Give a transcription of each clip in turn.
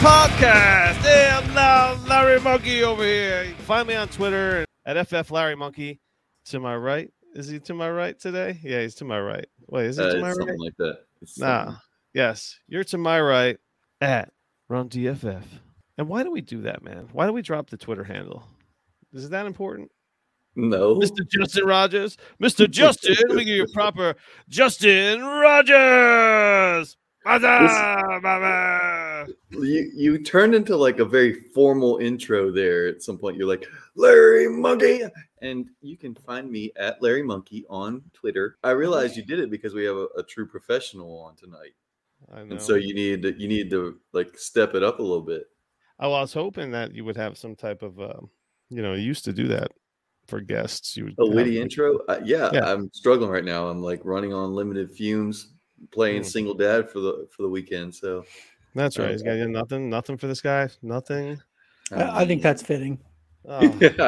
podcast. Hey, I'm now Larry Monkey over here. You can find me on Twitter at FF Larry Monkey. To my right. Is he to my right today? Yeah, he's to my right. Wait, is he Uh, to it's my something right? like that. It's Nah. something- Yes, you're to my right at Run DFF. And why do we do that, man? Why do we drop the Twitter handle? Is it that important? No. Mr. Justin Rogers. Mr. Justin, let me give you a proper Justin Rogers. Maza, baba. You you turned into like a very formal intro there at some point. You're like Larry Monkey, and you can find me at Larry Monkey on Twitter. I realized you did it because we have a, a true professional on tonight, I know. and so you need to, you need to like step it up a little bit. I was hoping that you would have some type of, um, you know, you used to do that for guests. You would A have, witty like- intro. Uh, yeah, Yeah. I'm struggling right now. I'm like running on limited fumes, playing Mm. single dad for the for the weekend. So That's right. He's got yeah, nothing, nothing for this guy. Nothing. I, I think that's fitting. Oh, that's.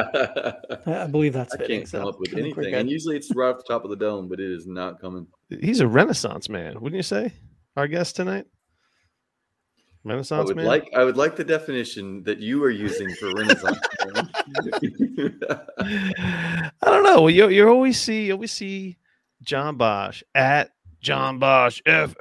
I, I believe that's I fitting. can't come so up with I think we're anything. And good. usually it's right off the top of the dome, but it is not coming. he's a renaissance man, wouldn't you say? Our guest tonight, I renaissance would man. like I would like the definition that you are using for Renaissance. man. I don't know. You you always see you always see John Bosch at John Bosch FF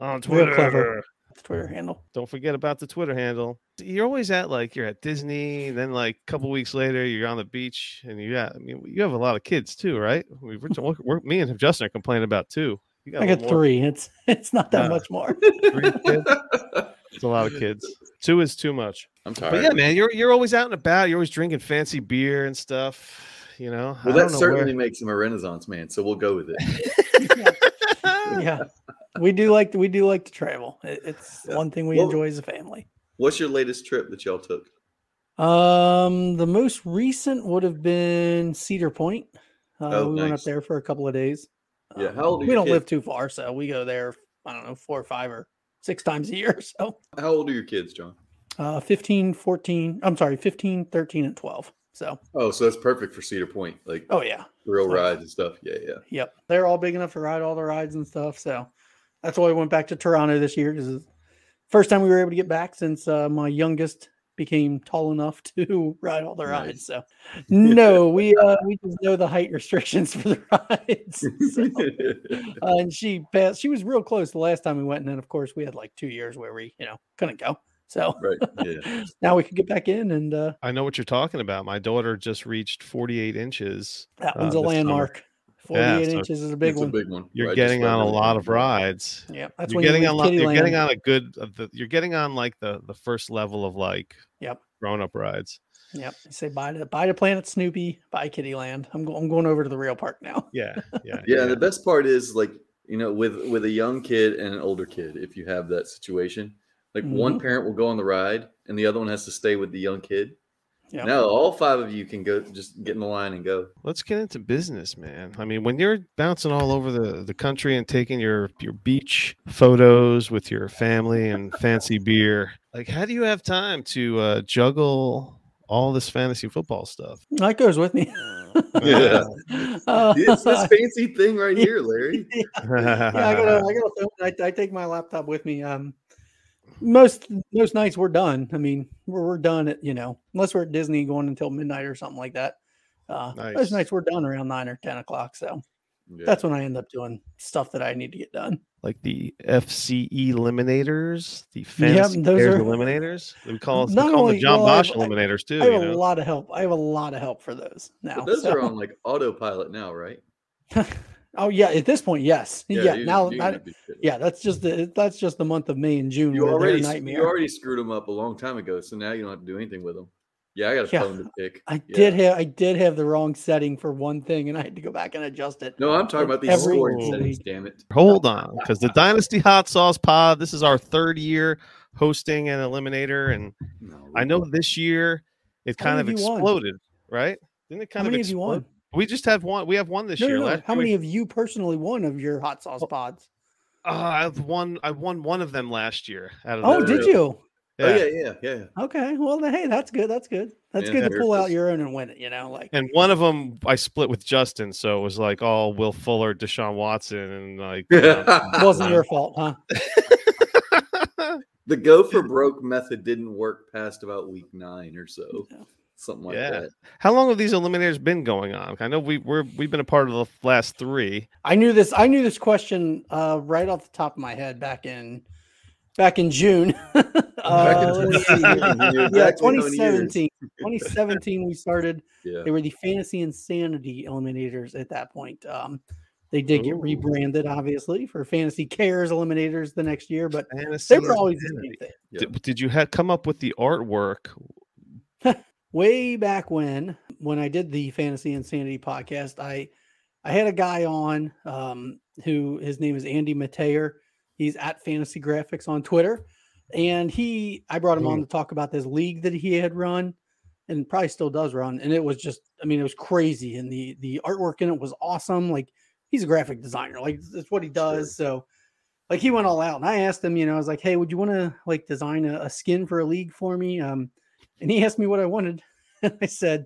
on Real clever. Twitter. It's Twitter handle. Don't forget about the Twitter handle. You're always at like you're at Disney, and then like a couple weeks later you're on the beach, and you got I mean you have a lot of kids too, right? We were, we're, we're me and Justin are complaining about two. You got a I got lot more- three. It's it's not that Ah. Uh, much more. three kids. It's a lot of kids. Two is too much. I'm But tired. yeah, man, you're you're always out and about. You're always drinking fancy beer and stuff. You know, Well, that I don't know where- certainly makes him a Renaissance man, so we'll go with it. yeah. yeah. we do like we do like to travel. It, it's Yeah. one thing we Well- enjoy as a family. What's your latest trip that y'all took? Um, the most recent would have been Cedar Point. Uh, Oh, we went nice. up there for a couple of days. Yeah, Um, how old are we your don't live too far, so we go there. I don't know, four or five or six times a year. So How old are your kids, John? uh, 15, 14, I'm sorry, 15, 13, and 12. So, Oh, so that's perfect for Cedar Point, like oh, yeah. real so- rides and stuff. Yeah, yeah. Yep. They're all big enough to ride all the rides and stuff. So that's why we went back to Toronto this year because first time we were able to get back since uh, my youngest became tall enough to ride all the Nice. rides. So no, we uh, we just know the height restrictions for the rides. So, uh, and she passed. She was real close the last time we went, and then of course we had like two years where we you know couldn't go. So right. Yeah. now we could get back in, and uh, I know what you're talking about. My daughter just reached 48 inches. that Uh, one's a this summer. landmark. Yeah, Forty-eight so inches is a big it's one. a big one. You're right, just getting like on a Renaissance lot of man. rides. yeah, that's you're when you getting leave on. Lo- you're Kittyland. getting on a good. Of the, you're getting on like the the first level of like. Yep. Grown up rides. Yep. you Say bye to bye to Planet Snoopy. Bye Kittyland. I'm going. I'm going over to the real park now. Yeah. Yeah. yeah, and the best part is like you know with with a young kid and an older kid if you have that situation like Mm-hmm. one parent will go on the ride and the other one has to stay with the young kid Yeah. now all five of you can go just get in the line and go Let's get into business, man. I mean, when you're bouncing all over the, the country and taking your, your beach photos with your family and fancy beer, like, how do you have time to uh, juggle all this fantasy football stuff? That goes with me. Yeah. Uh, it's Oh, this fancy thing right Yeah. here larry yeah, I gotta, I gotta film. I, I take my laptop with me. Um, most most nights we're done. I mean, we're, we're done at you know, unless we're at Disney going until midnight or something like that. Uh, Nice. most nights we're done around nine or ten o'clock. So Yeah. that's when I end up doing stuff that I need to get done. like the FC eliminators, the fantasy those players are- eliminators. We call, we Not call them the only- John well, I've- Bosch I- eliminators, too. I have You a know? lot of help. I have a lot of help for those now. but those so- are on like autopilot now right Oh yeah, at this point, yes. Yeah, you- now you I- don't do shit. yeah, that's just the that's just the month of May and June. you were their already s- nightmare. you already screwed them up a long time ago so now you don't have to do anything with them yeah i got a Yeah, phone to pick I Yeah. did have I did have the wrong setting for one thing, and I had to go back and adjust it. no i'm talking about these every scoring single settings week. damn it Hold on, because the Dynasty Hot Sauce Pod, this is our third year hosting an eliminator. And no, I know this year it How kind of many have you won? exploded, right? Didn't it kind How of many have you explode? won? We just had one. We have one this No, year. no, no. Last How year we- Oh, many of you personally won of your hot sauce pods? Uh, I've won. I won one of them last year. Out of Oh, the- no, did no. you? oh yeah yeah yeah Okay. Well, then, hey, that's good. That's good. That's Yeah, good to there it pull out is. your own and win it. You know, like And one of them I split with Justin, so it was like all Will Fuller, Deshaun Watson, and like. you know, it wasn't your fault, huh? The go for broke method didn't work past about week nine or so, something like Yeah. that. How long have these eliminators been going on? I know we we're, we've been a part of the last three. I knew this. I knew this question uh, right off the top of my head back in back in June. Uh, let's see. yeah, 2017. 2017, we started. Yeah. They were the Fantasy Insanity Eliminators at that point. Um, they did get Ooh. rebranded, obviously, for Fantasy Cares Eliminators the next year, but Fantasy they were always the Insanity. same thing. Yeah. Did, did you ha- come up with the artwork? way back when when i did the fantasy insanity podcast i i had a guy on um who his name is andy mateer he's at fantasy graphics on twitter and he i brought him on to talk about this league that he had run and probably still does run and it was just i mean it was crazy and the the artwork in it was awesome like he's a graphic designer like that's what he does so like he went all out and i asked him you know i was like hey would you want to like design a, a skin for a league for me um and he asked me what i wanted and i said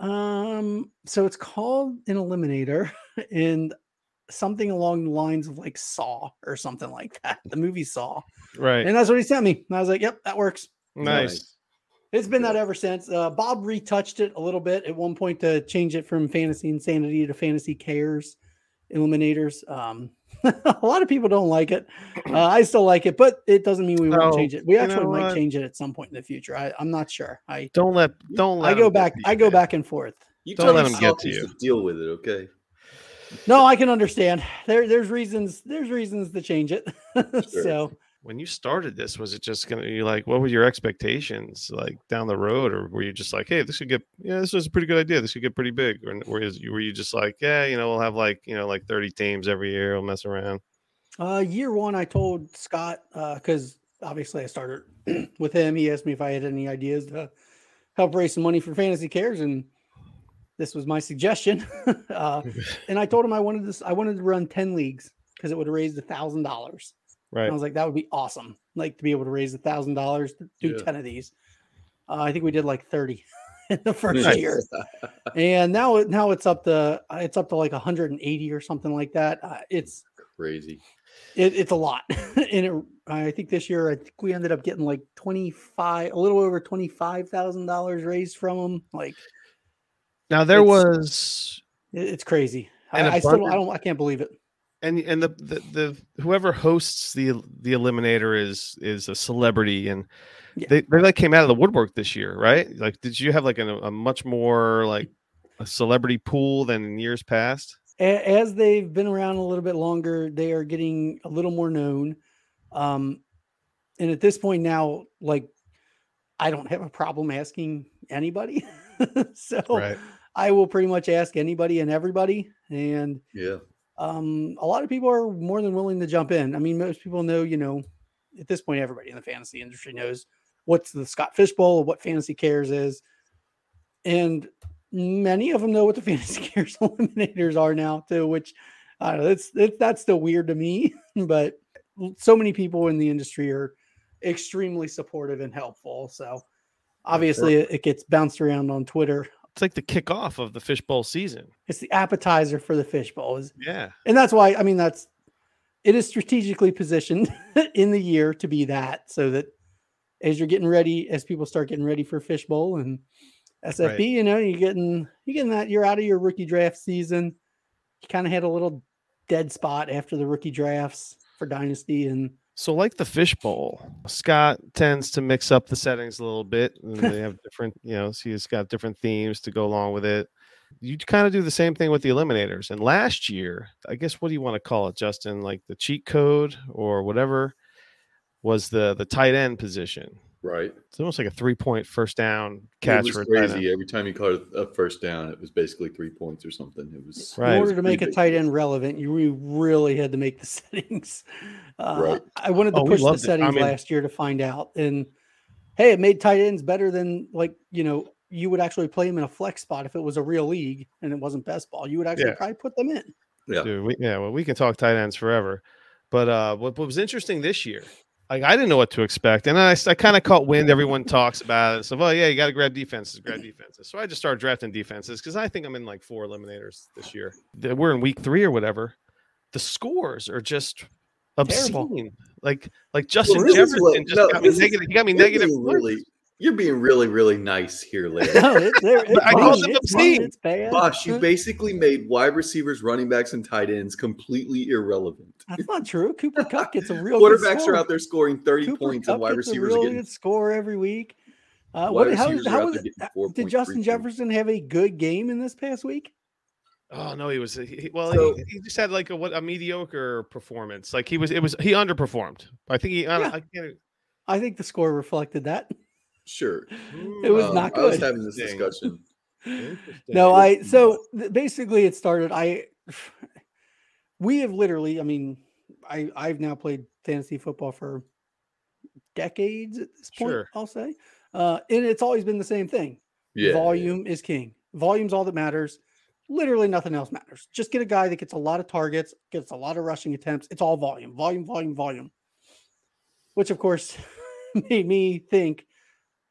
um so it's called an eliminator and something along the lines of like saw or something like that the movie saw Right. and that's what he sent me and i was like yep that works nice. it's been that ever since. Uh, Bob retouched it a little bit at one point to change it from fantasy insanity to fantasy cares eliminators. Um, a lot of people don't like it. Uh, I still like it, but it doesn't mean we won't No, change it. We you actually know might what? change it at some point in the future. I, I'm not sure. I Don't let don't let I go them get back. to you, I go man. back and forth. You Don't tell let these 'em get softies to you. Deal with it, okay? No, I can understand. There, there's reasons. There's reasons to change it. Sure. so When you started this, was it just gonna be like what were your expectations like down the road, or were you just like, hey, this could get yeah, this was a pretty good idea. This could get pretty big, or were you, were you just like, yeah, you know, we'll have like you know like thirty teams every year, we'll mess around. Uh, year one, I told Scott because obviously I started with him. He asked me if I had any ideas to help raise some money for Fantasy Cares, and this was my suggestion. uh, and I told him I wanted this. I wanted to run ten leagues because it would have raised a thousand dollars. Right. And I was like, that would be awesome. Like to be able to raise a thousand dollars to do Yeah. ten of these. Uh, I think we did like thirty in the first Nice. year, and now it now it's up to it's up to like 180 or something like that. Uh, it's Crazy. it, it's a lot and it, i think this year i think we ended up getting like 25 a little over $25000 raised from them like Now there It's- was it- it's crazy An I, I still i abundant- don't i can't believe it and and the, the the whoever hosts the the eliminator is is a celebrity and Yeah. they, they like came out of the woodwork this year right like did you have like an, a much more like a celebrity pool than in years past A- as they've been around a little bit longer they are getting a little more known um and at this point now like i don't have a problem asking anybody so Right. i will pretty much ask anybody and everybody and Yeah. um, a lot of people are more than willing to jump in. I mean, most people know, you know, at this point, everybody in the fantasy industry knows what's the Scott Fish Bowl, what Fantasy Cares is, and many of them know what the Fantasy Cares eliminators are now too. Which I don't know, it's it, that's still weird to me, but so many people in the industry are extremely supportive and helpful. So obviously, it, it gets bounced around on Twitter. it's like the kickoff of the fishbowl season It's the appetizer for the Fish Bowl. Is yeah and that's why I mean that's it is strategically positioned in the year to be that so that as you're getting ready as people start getting ready for fishbowl and SFB Right. you know you're getting you're getting that you're out of your rookie draft season you kind of had a little dead spot after the rookie drafts for dynasty and so like the fishbowl scott tends to mix up the settings a little bit and they have different you know so he's got different themes to go along with it you kind of do the same thing with the eliminators and last year i guess what do you want to call it justin like the cheat code or whatever was the the tight end position Right. it's almost like a three point first down it catch was for a tight end. crazy. Every time you caught a first down, it was basically three points or something. It was Right. in it was order to make a pretty tight big. end relevant you re- really had to make the settings uh, Right. i wanted to Oh, we push the loved it. I settings mean- last year to find out and hey it made tight ends better than like you know you would actually play them in a flex spot if it was a real league and it wasn't best ball you would actually Yeah. probably put them in Yeah. Dude, we, yeah, well, we can talk tight ends forever. But uh, what, what was interesting this year, like I didn't know what to expect, and I, s- I kind of caught wind. Everyone talks about it, so oh yeah, you got to grab defenses, grab defenses. So I just started drafting defenses because I think I'm in like four eliminators this year. Th- We're in week three or whatever. The scores are just obscene. Terrible. Like like Justin this is Jefferson what- just no, got me this is- negative. He got me You're negative. being points. really, you're being really, really nice here, Larry. No, it's, there- it's I wrong, called them it's wrong, obscene. It's bad. Bosh, you Huh? basically made wide receivers, running backs, and tight ends completely irrelevant. That's not true. Cooper Cup gets a real good Quarterbacks score. are out there scoring 30 Cooper points, Kupp and wide gets a receivers are really getting good score every week. Uh, Wide what, how, receivers are out how was there it? getting four Did points Justin freaking. Jefferson have a good game in this past week? Oh no, he was he, he- well. So- he, he just had like a what a mediocre performance. Like he was it was he underperformed. I think he. I, don't- I can't. I think the score reflected that. sure. It was Um, not I was good. having this Interesting. discussion. No, Yeah, I it's so th- basically it started. I we have literally, I mean, I I've now played fantasy football for decades at this point, Sure. I'll say. Uh, and it's always been the same thing. Yeah. Volume is king. Volume's all that matters. Literally nothing else matters. Just get a guy that gets a lot of targets, gets a lot of rushing attempts. It's all volume, volume, volume, volume. Which of course made me think,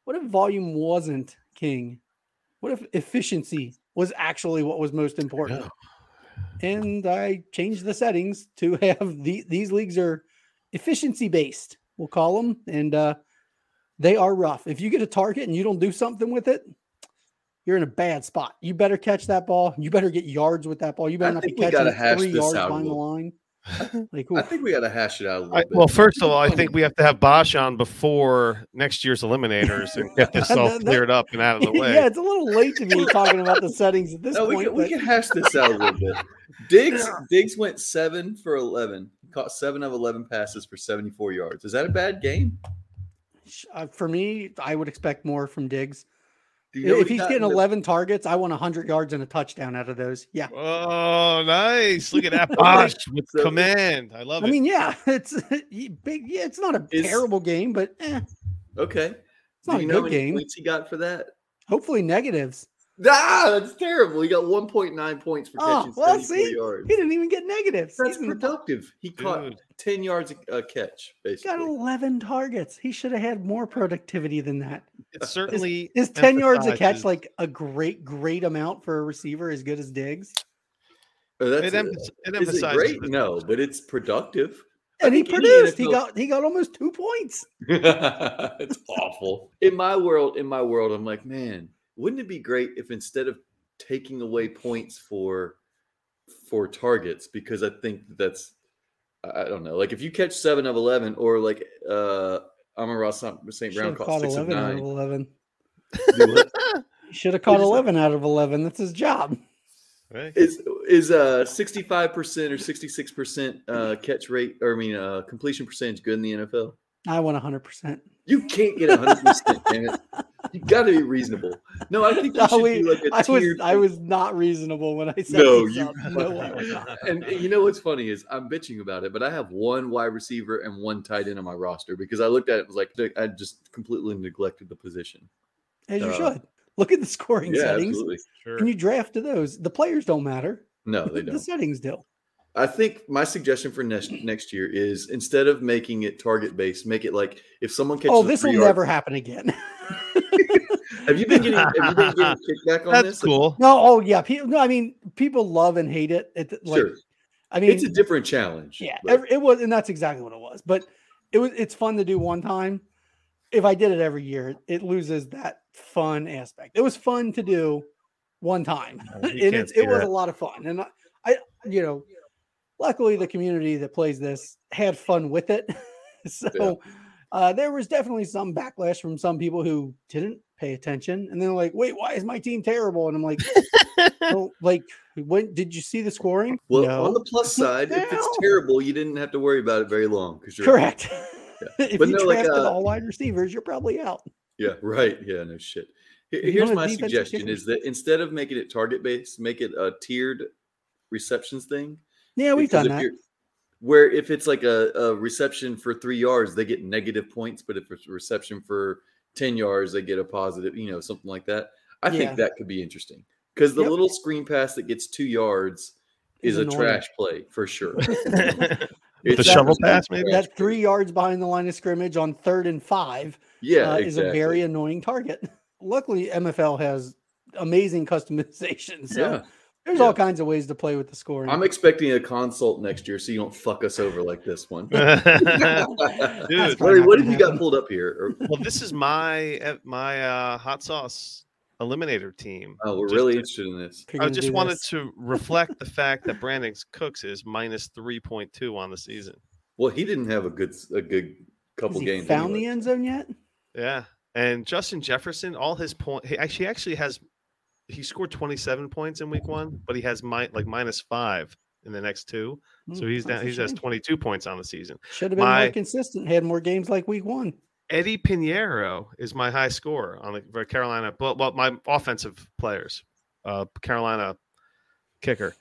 what if volume wasn't king? What if efficiency was actually what was most important? know. And I changed the settings to have the, these leagues are efficiency based, we'll call them. And uh, they are rough. If you get a target and you don't do something with it, you're in a bad spot. You better catch that ball. You better get yards with that ball. You better not be think we gotta catching hash three this yards out a behind the little. line. Like, I oof. think we got to hash it out a little I, bit. well, first of all, I think we have to have Bosch on before next year's eliminators and get this all That- that- cleared up and out of the way. yeah, it's a little late to be talking about the settings at this no, we point. can, we but- can hash this out a little bit. Diggs Diggs went seven for eleven. He caught seven of eleven passes for seventy-four yards. Is that a bad game? Sh- uh, for me, I would expect more from Diggs. Do if what he's he got in getting the- 11 targets, I want 100 yards and a touchdown out of those. Yeah. Oh, nice! Look at that Bosch with So- command. I love I it. mean, yeah, it's you- big. Yeah, it's not a Is- terrible game, but eh, Okay. It's not Do a you know how good many game. points he got for that? hopefully negatives. Ah, that's terrible. He got 1.9 points for Oh, catching well, 74 see? yards. He didn't even get negatives. That's He's in the productive. He caught Dude. 10 yards a a catch, He's got basically. 11 targets. He should have had more productivity than that. It certainly Is 10 yards a catch emphasizes- like a great, great amount for a receiver as good as Diggs? Oh, that's it, a- emph- it is emphasizes it great? the- No, but it's productive. I And he think any produced. He NFL got he got almost two points. it's awful. In my world, in my world, I'm like, man, wouldn't it be great if instead of taking away points for for targets, because I think that's I I don't know, like if you catch seven of eleven or like uh Amon Ross St. Should Brown have caught caught six of 11 out of nine. 11. do what? Should have caught just- 11 out of 11. That's his job. Right? Is is uh sixty five percent or sixty six percent uh catch rate or I mean uh completion percentage good in the NFL? I want 100%. You can't get hundred percent, damn it. You gotta be reasonable. No, I think we No, should we- do like a I was tiered I was not reasonable when I said No, these you- up. No, I was not. and you know what's funny is I'm bitching about it, but I have one wide receiver and one tight end on my roster because I looked at it and was like "Dude, I just completely neglected the position. As you Uh, should. Look at the scoring Yeah, settings. absolutely. Sure. Can you draft to those? The players don't matter. No, they the don't. settings do. I think my suggestion for next next year is instead of making it target based, make it like if someone catches. Oh, a this will three-yard- never happen again. Have you been getting? Have you been getting kickback on That's this? cool. no, oh yeah, people. No, I mean people love and hate it. it like, Sure, I mean, it's a different challenge. yeah, but- every, it was, and that's exactly what it was. But it was, it's fun to do one time. If I did it every year, it loses that fun aspect. It was fun to do one time, you and Oh, can't it's, see it was that. a lot of fun. And I, I, you know, luckily the community that plays this had fun with it. so uh, there was definitely some backlash from some people who didn't pay attention, and they're like, "Wait, why is my team terrible?" And I'm like, well, "Like, when did you see the scoring?" Well, No. on the plus side, if No. it's terrible, you didn't have to worry about it very long because you're Correct. if But you no, like, drafted uh, all wide receivers, you're probably out. Yeah, right. Yeah, no shit. Here- None Here's of my defensive suggestion kickers. is that instead of making it target based, make it a tiered receptions thing. Yeah, we've Because done if that. you're- Where if it's like a, a reception for three yards, they get negative points, but if it's a reception for 10 yards, they get a positive, you know, something like that. I Yeah. think that could be interesting because the Yep. little screen pass that gets two yards Is is a annoying. trash play for sure. With the It's shovel absolute pass, maybe? trash That three yards behind the line of scrimmage on third and five yeah, uh, exactly. is a very annoying target. Luckily, MFL has amazing customization. So yeah. There's all kinds of ways to play with the scoring. I'm expecting a consult next year, so you don't fuck us over like this one. Dude, Larry, what not gonna have you got happen. pulled up here? Or- well, this is my uh, my uh, hot sauce eliminator team. Oh, we're Just- really interested in this. If you're I gonna just do wanted this. to reflect the fact that Brandon Cooks is minus three point two on the season. Well, he didn't have a good a good couple Has he games. found the anyway. end zone yet? Yeah, and Justin Jefferson, all his point, he actually actually has he scored twenty seven points in week one, but he has mi- like minus five in the next two, Hmm, so he's down. He has twenty two points on the season. Should have been My- more consistent. Had more games like week one. Eddie Pinheiro is my high scorer on the for Carolina, but well, my offensive players, uh, Carolina kicker.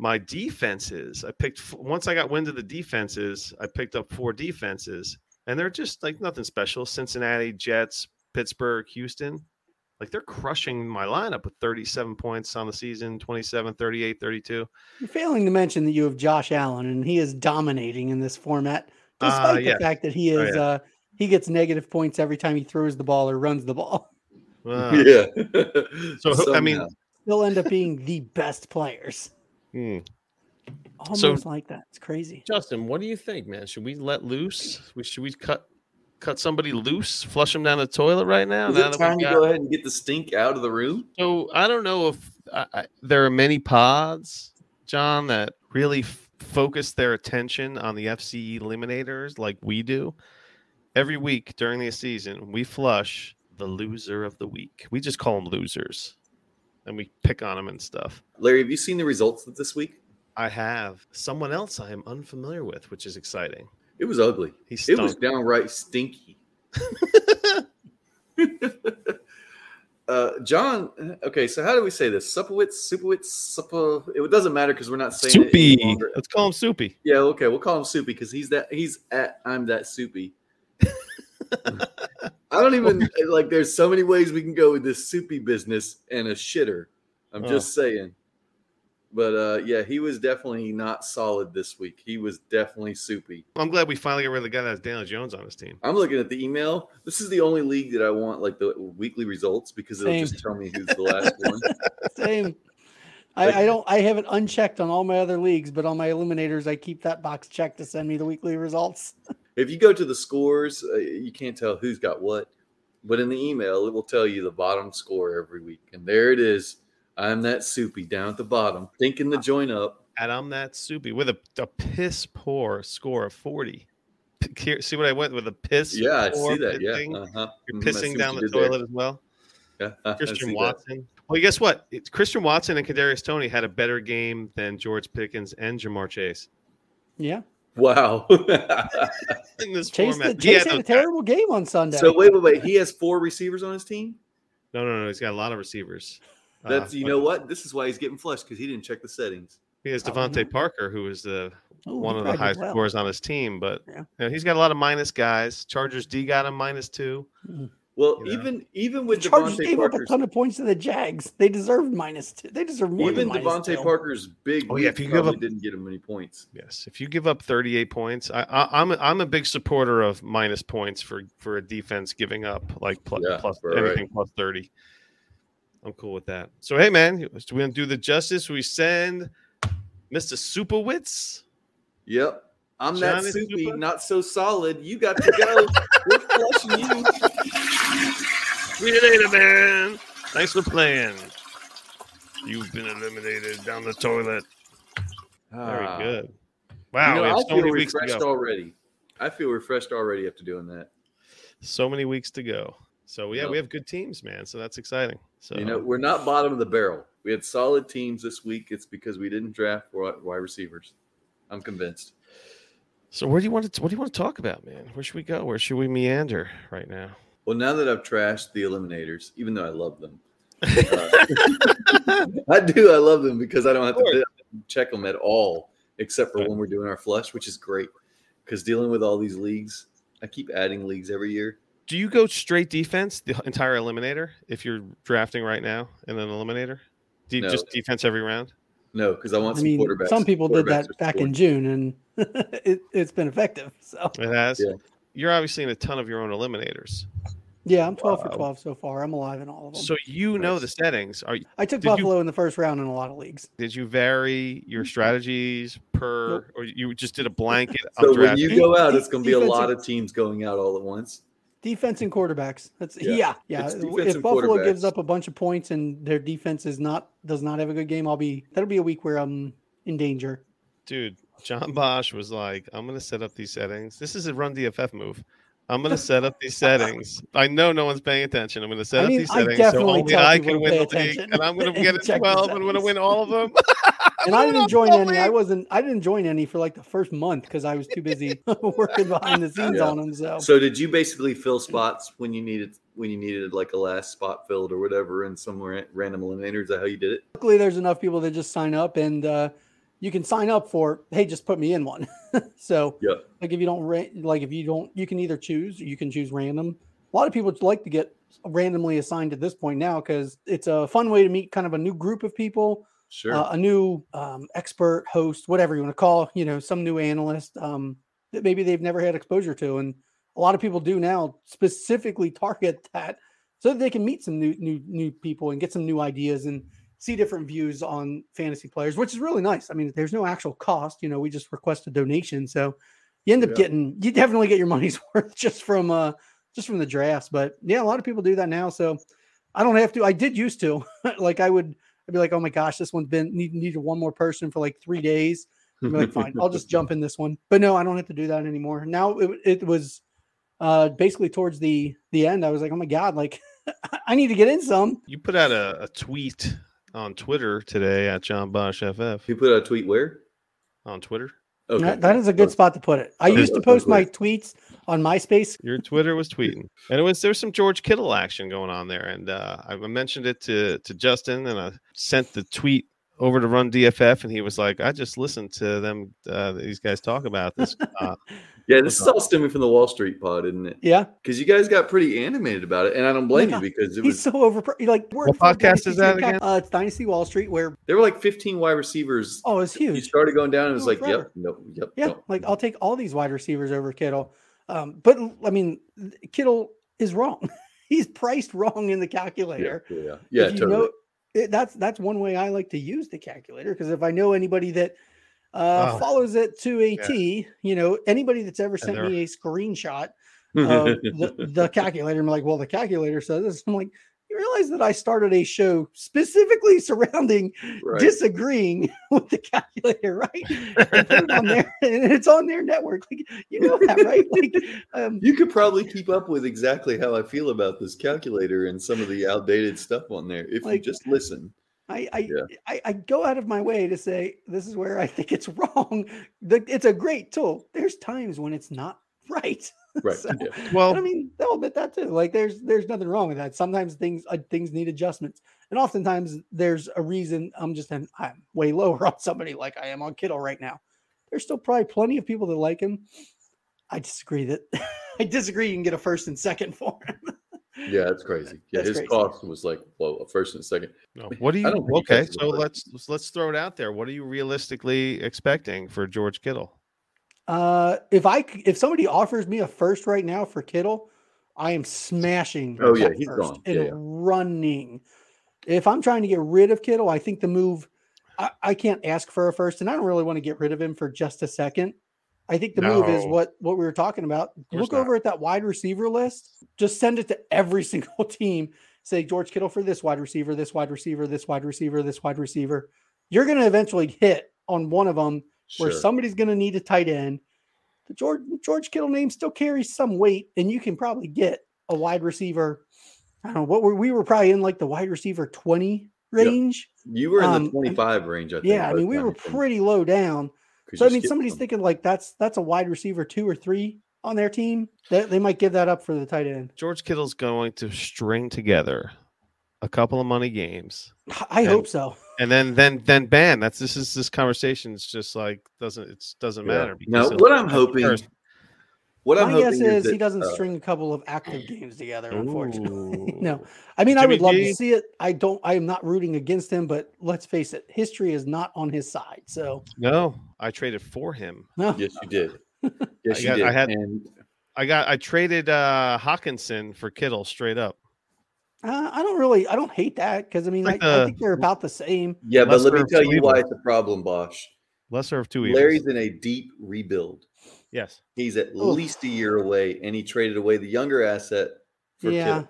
My defenses, I picked f- once I got wind of the defenses, I picked up four defenses, and they're just like nothing special. Cincinnati, Jets, Pittsburgh, Houston. Like they're crushing my lineup with 37 points on the season, 27, 38, 32. You're failing to mention that you have Josh Allen, and he is dominating in this format, Uh, despite yes. the fact that he Oh, is yeah. uh, he gets negative points every time he throws the ball or runs the ball. Wow. yeah. So, who- I mean, Somehow. They'll end up being the best players. Hmm. Almost So- like that. It's crazy. Justin, what do you think, man? Should we let loose? We should we cut cut somebody loose, flush them down the toilet right now? is now it that we time to got- go ahead and get the stink out of the room? so I don't know if I, I, there are many pods, John, that really f- focus their attention on the FCE eliminators like we do. Every week during the season, we flush the loser of the week. We just call them losers, and we pick on them and stuff. Larry, have you seen the results of this week? I have someone else I am unfamiliar with, which is exciting. It was ugly. He It was stunk. downright stinky. uh, John, okay, so how do we say this? Supowitz, Supowitz, Suppo. It doesn't matter because we're not saying it any Soupy. longer. Let's call him Soupy. Yeah, okay, we'll call him Soupy because he's that. He's at. I'm that Soupy. I don't even like. There's so many ways we can go with this Soupy business and a shitter. I'm just saying. But uh, yeah, he was definitely not solid this week. He was definitely Soupy. I'm glad we finally got rid of the guy that has Daniel Jones on his team. I'm looking at the email. This is the only league that I want like the weekly results because it'll Same. just tell me who's the last one. Same. I, I don't. I have it unchecked on all my other leagues, but on my eliminators, I keep that box checked to send me the weekly results. If you go to the scores, uh, you can't tell who's got what. But in the email, it will tell you the bottom score every week, and there it is. I'm that soupy down at the bottom, thinking to join up. And I'm that soupy with a, a piss poor score of 40. P- here- See what I went with a piss? Yeah, I poor see that. pissing? Yeah, uh-huh. You're Mhm, I see pissing what down you the did there. toilet as well. Yeah, uh-huh, I see Christian that. Watson. Well, guess what? It's Christian Watson and Kadarius Tony had a better game than George Pickens and Jamar Chase Yeah, Wow. in this Chase, format. did, he Chase had had a those guys. terrible game on Sunday. so wait, wait, wait. He has four receivers on his team. No, no, no. He's got a lot of receivers. Uh, That's you but know what. This is why he's getting flushed because he didn't check the settings. He has Oh, no. Devontae Parker, who is the Ooh, he one of the probably did highest well. scores on his team, but Yeah. you know, he's got a lot of minus guys. Chargers D got him minus two. Well, You know? even even The with Chargers Devontae gave up a Parker's ton of points to the Jags. They deserved minus two. They deserve more even than Devontae Parker. Parker's big. Oh, yeah, week if you give probably up- didn't get him many points. Yes, if you give up 38 points, I, I, I'm a, I'm a big supporter of minus points for for a defense giving up like plus, Yeah, plus right. anything plus 30. I'm cool with that. So hey man, do we gonna do the justice? We send Mr. Superwitz. Yep. I'm John that is soupy, super- not so solid. You got to go. We're flushing you. See you later, man. Thanks for playing. You've been eliminated down the toilet. Very Ah. good. You Wow, know, we have I so feel many weeks to refreshed go. already. I feel refreshed already after doing that. so many weeks to go. So yeah, Yep. we have good teams, man. So that's exciting. So You know, we're not bottom of the barrel. We had solid teams this week. It's because we didn't draft wi- wide receivers. I'm convinced. so where do you want to what do you want to talk about, man? Where should we go? Where should we meander right now? Well, now that I've trashed the eliminators, even though I love them, uh, I do. I love them because I don't have to check them at all, except for Right. when we're doing our flush, which is great. Because dealing with all these leagues, I keep adding leagues every year. Do you go straight defense, the entire eliminator, if you're drafting right now in an eliminator? Do you No. just defense every round? No, because I want I some mean, quarterbacks. some people did Quarterbacks that are back in important. June, and it, it's been effective. So It has. Yeah. You're obviously in a ton of your own eliminators. Yeah, I'm 12 for 12 so far. I'm alive in all of them. So you know the settings. Are you- I took did you- Buffalo in the first round in a lot of leagues. did you vary your Mm-hmm. strategies per, or you just did a blanket? So I'm when you drafting? go out, it's going to be a lot Defensive- of teams going out all at once. Defense and quarterbacks. That's Yeah, yeah, yeah. it's defense If and Buffalo gives quarterbacks. up a bunch of points and their defense is not does not have a good game, I'll be that'll be a week where I'm in danger. dude, John Bosch was like, I'm gonna set up these settings. This is a run DFF move. I'm gonna set up these settings. I know no one's paying attention. I'm gonna set I mean, up these I settings so definitely only tell I people can to win pay the league, attention and I'm gonna and get it check the 12. I'm gonna settings. win all of them. And I didn't join Buffalo. any. I wasn't. I didn't join any for like the first month because I was too busy working behind the scenes Yeah. on them. So, So did you basically fill spots when you needed when you needed like a last spot filled or whatever in some ra- random eliminator? Is that how you did it? luckily, there's enough people that just sign up, and uh, you can sign up for. Hey, just put me in one. so Yeah. like if you don't ra- like if you don't you can either choose you can choose random a lot of people would like to get randomly assigned at this point now because it's a fun way to meet kind of a new group of people Sure. uh, a new um, expert host whatever you want to call you know some new analyst um, that maybe they've never had exposure to and a lot of people do now specifically target that so that they can meet some new new new people and get some new ideas and see different views on fantasy players which is really nice i mean there's no actual cost you know we just request a donation so you end up Yeah. getting you definitely get your money's worth just from uh just from the drafts but yeah a lot of people do that now so i don't have to i did used to like i would i'd be like oh my gosh this one's been need, needed one more person for like three days I'd be like, fine, I'll just jump in this one. But no, I don't have to do that anymore. Now it, it was uh, basically towards the the end. I was like, oh my god, like I need to get in some. You put out a, a tweet on Twitter today at John Bosch FF you put out a tweet where? on Twitter. Okay. That- that is a good spot to put it. I Okay, used to okay, post cool. my tweets on MySpace. Your Twitter was tweeting, and it was there was some George Kittle action going on there, and uh, I mentioned it to to Justin, and I sent the tweet over to Run DFF, and he was like, "I just listened to them uh, these guys talk about this." Uh, Yeah, this is all stemming from the Wall Street pod, isn't it? Yeah, Because you guys got pretty animated about it, and I don't blame you Oh God, because it he's was so over. Like worked What for podcast is Dynasty that Peacock. again? Uh, it's Dynasty Wall Street. Where there were like 15 wide receivers. oh, it's You Oh. huge. started going down, and it was Huge like, forever. yep, nope, yep, Yeah, nope. like I'll take all these wide receivers over Kittle. Um, but I mean, Kittle is wrong. he's priced wrong in the calculator. yeah, yeah, yeah, if you totally. know it, that's that's one way I like to use the calculator because if I know anybody that uh, Ah. Oh. follows it to a T, Yeah. you know, anybody that's ever sent they're- me a screenshot of the, the calculator, I'm like, well, the calculator says this. I'm like, you realize that I started a show specifically surrounding right. disagreeing with the calculator, right? And put it on there, and it's on their network. Like, you know that, right? Like, um, you could probably keep up with exactly how I feel about this calculator and some of the outdated stuff on there if you Like- just listen. I I, Yeah. I I go out of my way to say this is where I think it's wrong. The, it's a great tool. There's times when it's not right. Right. So- yeah. well, And I mean, they'll admit that too. Like there's there's nothing wrong with that. Sometimes things uh, things need adjustments, and oftentimes there's a reason I'm just an, I'm way lower on somebody like I am on Kittle right now. There's still probably plenty of people that like him. I disagree that I disagree. You can get a first and second for him. Yeah, that's crazy. Yeah, That's his crazy. cost was like well, a first and a second. No, What do you I don't think okay? that's So what- let's let's- let's throw it out there. What are you realistically expecting for George Kittle? Uh, if I c- if somebody offers me a first right now for Kittle, I am smashing. Oh, yeah, that he's first gone. And Yeah, yeah. running. If I'm trying to get rid of Kittle, I think the move. I, I can't ask for a first, and I don't really want to get rid of him for just a second. I think the move is No. what what we were talking about. course Look not. over at that wide receiver list. Just send it to every single team. Say George Kittle for this wide receiver, this wide receiver, this wide receiver, this wide receiver. You're going to eventually hit on one of them Sure. where somebody's going to need a tight end. The George George Kittle name still carries some weight, and you can probably get a wide receiver. I don't know what were we were probably in like the wide receiver twenty Yep. range. you were in um, the 25 range, I think. Yeah, I by mean the we time were you finished, pretty low down. 'cause So you I mean skipped somebody's some. thinking like that's that's a wide receiver two or three on their team. That they might give that up for the tight end. George Kittle's going to string together a couple of money games, I And- hope so. and then then then bam! That's this is this conversation is just like doesn't it doesn't Yeah. matter. because Now, he'll- what I'm that's hoping, first. what I'm My guess hoping is, that, he doesn't uh, string a couple of active games together, unfortunately. no, Ooh. I mean, I Jimmy would love G? to see it. I don't. I am not rooting against him, but let's face it, history is not on his side. So no, I traded for him. no, Yes, you did. Yes, you got- did. I had- and I got I traded uh Hawkinson for Kittle straight up. Uh, I don't really, I don't hate that because I mean, Like I, I the- think they're about the same. Yeah, but let me Lesser of tell you why it's Cleveland. a problem, Bosch. Lesser of two evils. Larry's in a deep rebuild. yes. He's at Oof. least a year away, and he traded away the younger asset for yeah, Kittle.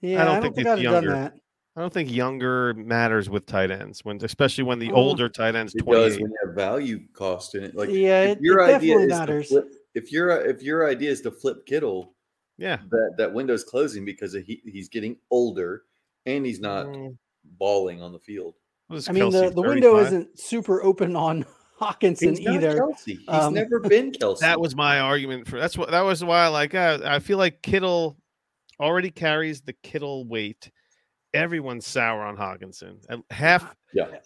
yeah. I don't think, he's I'd have done younger. that. I don't think younger matters with tight ends when especially when the Uh, older tight ends It does 28. when you have value cost in it. Like yeah, if it, your it idea definitely is matters. to flip, if your if your idea is to flip Kittle, Yeah. that that window's closing because he, he's getting older and he's not Mm, balling on the field. what is I mean, the, Kelsey, the window 35? isn't super open on Hawkinson He's not either. Kelsey. He's Um, never been Kelsey. That was my argument for that's what that was why I like uh, I feel like Kittle already carries the Kittle weight. Everyone's sour on Hawkinson. And Half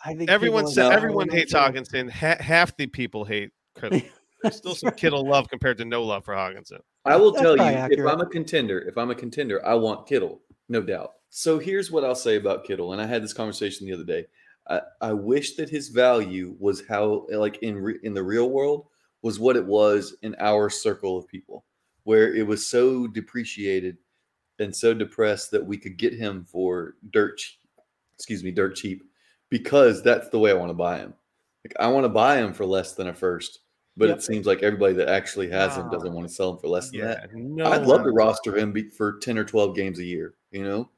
I think everyone people sa- are- everyone I don't hates know. Hawkinson. Ha- half the people hate Kittle. There's still some Kittle love compared to no love for Hawkinson. I will That's tell you, probably if accurate. I'm a contender, if I'm a contender, I want Kittle, no doubt. So here's what I'll say about Kittle, and I had this conversation the other day. I, I wish that his value was how, like in re, in the real world, was what it was in our circle of people, where it was so depreciated and so depressed that we could get him for dirt, ch- excuse me, dirt cheap, because that's the way I want to buy him. Like I want to buy him for less than a first, but Yep. it seems like everybody that actually has him Ah. doesn't want to sell him for less than that. Yeah, no I'd love one- to roster him be- for ten or twelve games a year. You know,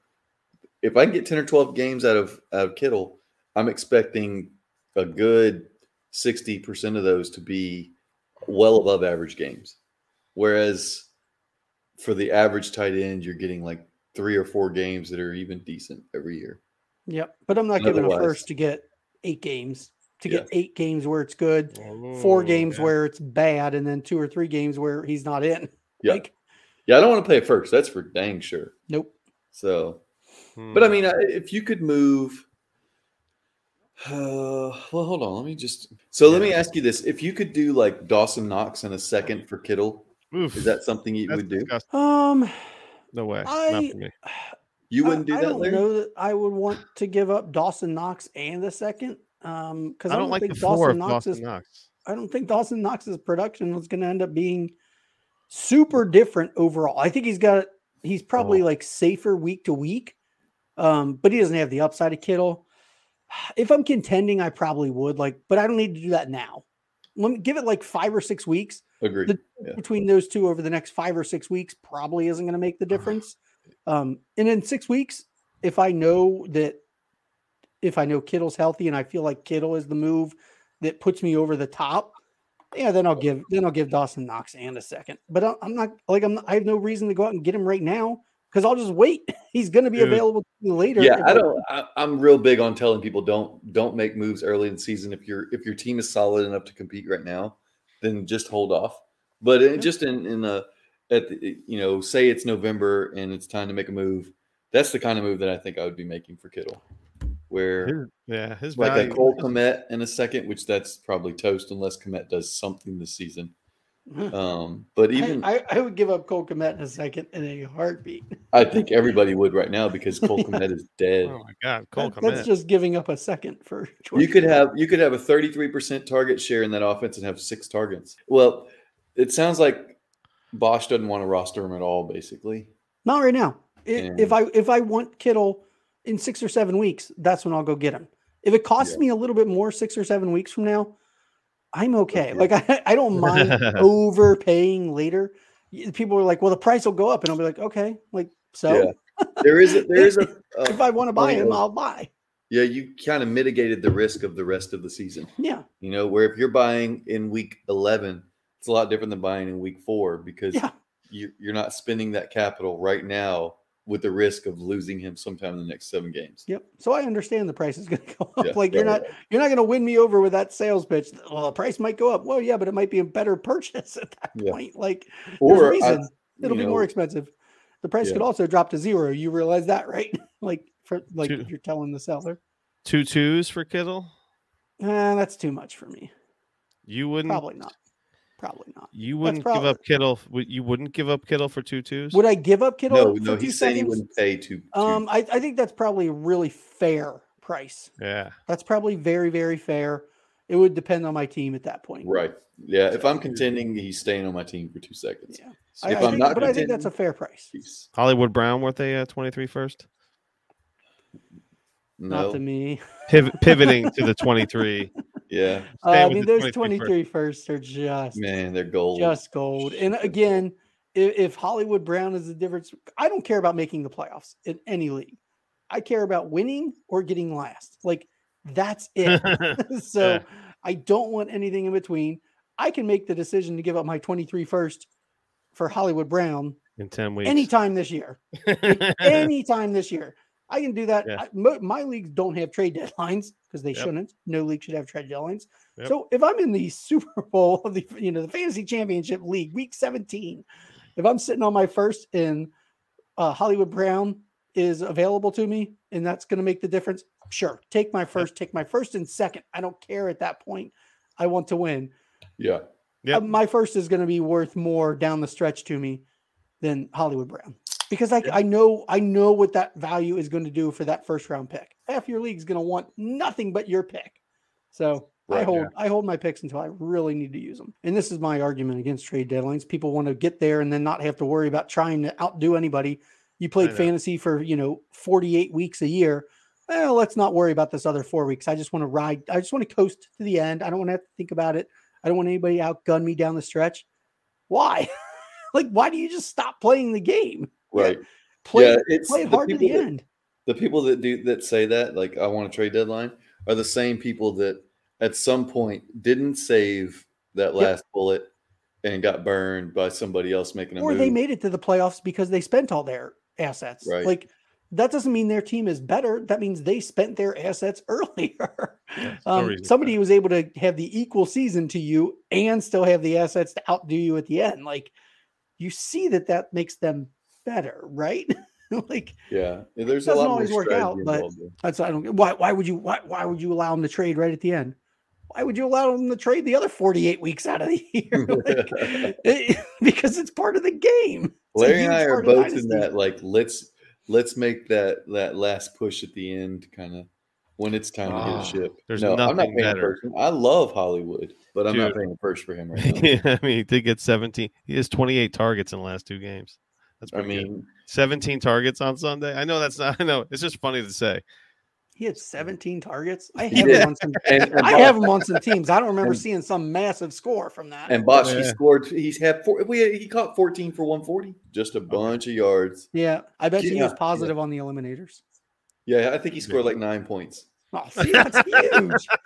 if I can get ten or twelve games out of out of Kittle, I'm expecting a good sixty percent of those to be well above average games. Whereas for the average tight end, you're getting like three or four games that are even decent every year. Yep, but I'm not giving a Otherwise- first to get eight games. To Yeah. get eight games where it's good, four Oh, games yeah. where it's bad, and then two or three games where he's not in. Yeah. Like, Yeah, I don't want to play it first. That's for dang sure. nope. So But I Hmm. mean, I- if you could move, uh, well, hold on. Let me just. So let me ask you this: If you could do like Dawson Knox in a second for Kittle, Oof, is that something you that's would do? disgusting. Um, No way. Not I- for me. You I- wouldn't do I, that, don't Larry. know that I would want to give up Dawson Knox and the second. Um, because I I don't like the think floor Dawson of Knox Dawson is. Knox. I don't think Dawson Knox's production is going to end up being super different overall. I think he's got he's probably Oh. like safer week to week, um, but he doesn't have the upside of Kittle. If I'm contending, I probably would like, but I don't need to do that now. Let me give it like five or six weeks Agree. the- Yeah. between those two over the next five or six weeks. Probably isn't going to make the Uh-huh. difference. Um, and in six weeks, if I know that if I know Kittle's healthy and I feel like Kittle is the move that puts me over the top, yeah, then I'll give then I'll give Dawson Knox and a second. But I- I'm not like I'm. I have no reason to go out and get him right now because I'll just wait. He's going to be Dude. available to me later. Yeah, if I don't. I, I'm real big on telling people don't don't make moves early in the season. If your if your team is solid enough to compete right now, then just hold off. But it, just in in the at the, you know say it's November and it's time to make a move. That's the kind of move that I think I would be making for Kittle, where His- yeah, his like value. a Cole Komet in a second, which that's probably toast unless Komet does something this season. Um, but even I, I, I, I would give up Cole Komet in a second in a heartbeat. think everybody would right now because Cole Komet is dead. oh my God, Cole That- come that's just giving up a second for You George could Kittle. have you could have a 33% target share in that offense and have six targets. Well, it sounds like Bosch doesn't want to roster him at all, basically. Not right now. I- Yeah. If I if I want Kittle in six or seven weeks, that's when I'll go get him. If it costs Yeah. me a little bit more six or seven weeks from now, I'm okay. Okay. Like I, I don't mind overpaying later. Y- People are like, well, the price will go up, and I'll be like, okay, like so. Yeah. There is a there is a If I want to buy point him, of- I'll buy. yeah, you kind of mitigated the risk of the rest of the season. Yeah, You know, where if you're buying in week 11, it's a lot different than buying in week 4 because yeah. you, you're not spending that capital right now with the risk of losing him sometime in the next seven games. Yep. So I understand the price is going to go up. Yeah, like you're right, not you're not going to win me over with that sales pitch. Well, the price might go up. Well, yeah, but it might be a better purchase at that Yeah. point. Like there's a Or I- reason you it'll be know, more expensive. The price yeah. could also drop to zero. You realize that, right? like for like Two- if you're telling the seller, Two twos for Kittle. "Ah, that's too much for me. You Hmm. wouldn't. Probably not. Probably not. You wouldn't give probably- up Kittle. would- You wouldn't give up Kittle for two twos. Would I give up Kittle? No, for no, two he's saying he seconds? wouldn't pay to, to Um, I, I think that's probably a really fair price. yeah. That's probably very, very fair. It would depend on my team at that point. Right. Yeah. If I'm contending, he's staying on my team for two seconds. Yeah. I, If I I'm think, not but I think that's a contending- fair price. Jeez. Hollywood Brown weren't they uh, 23 first? No. Not to me. Piv- pivoting to the 23. yeah. Uh, Staying I with mean, the those 23 first. 23 firsts are just Man, they're gold. just gold. And Just gold. again, if, if Hollywood Brown is the difference, I don't care about making the playoffs in any league. I care about winning or getting last. Like that's it. so Yeah. I don't want anything in between. I can make the decision to give up my 23 first for Hollywood Brown in 10 weeks. anytime this year. anytime this year. I can do that. Yeah. I- mo- my leagues don't have trade deadlines because they Yep. shouldn't. No league should have trade deadlines. Yep. So if I'm in the Super Bowl of the you know the fantasy championship league, week 17, if I'm sitting on my first and uh, Hollywood Brown is available to me, and that's going to make the difference. Sure, take my first, take my first and second. I don't care at that point. I want to win. Yeah. Yep. Uh, my first is going to be worth more down the stretch to me than Hollywood Brown because I, I know I know what that value is going to do for that first round pick. Half your league's going to want nothing but your pick. So I Right, hold I hold my picks until I really need to use them. And this is my argument against trade deadlines. People want to get there and then not have to worry about trying to outdo anybody. You played know. fantasy for, you know, 48 weeks a year. Well, let's not worry about this other 4 weeks. I just want to ride I just want to coast to the end. I don't want to have to think about it. I don't want anybody outgun me down the stretch. Why? like, why do you just stop playing the game? Right. Play, yeah, it's play it hard to people the that- end. the people that do that say that like i want a trade deadline are the same people that at some point didn't save that last bullet and got burned by somebody else making a Or move they made it to the playoffs because they spent all their assets. Right. Like, that doesn't mean their team is better. That means they spent their assets earlier. Yeah, no Um, reason to somebody was able to have the equal season to you and still have the assets to outdo you at the end. Like, you see that that makes them better, right? like, yeah Yeah, there's a lot Doesn't more always work strategy out, but- involved there. That's I don't get why why would you why why would you allow him to trade right at the end? Why would you allow him to trade the other 48 weeks out of the year? Like, it- because it's part of the game. It's a larry and huge i are part of both in Dynasty. that like let's let's make that that last push at the end kind of when it's time to get Ah, a ship there's no i'm not nothing paying a better. person. i love hollywood but i'm not Dude. paying a first for him right now yeah, I mean, he did get 17. He has 28 targets in the last two games. That's i pretty good. mean 17 targets on Sunday. I know that's not, I know it's just funny to say. He had 17 targets. I He have did. him on some and, and I Bob- have him on some teams. I don't remember And- seeing some massive score from that. And Bosch, he Yeah. scored. He's had four. We had, he caught fourteen for one forty. Just a bunch of yards. yeah, I bet you he Yeah, was yeah. positive on the eliminators. Yeah, I think he scored like nine points. Oh, see, that's huge.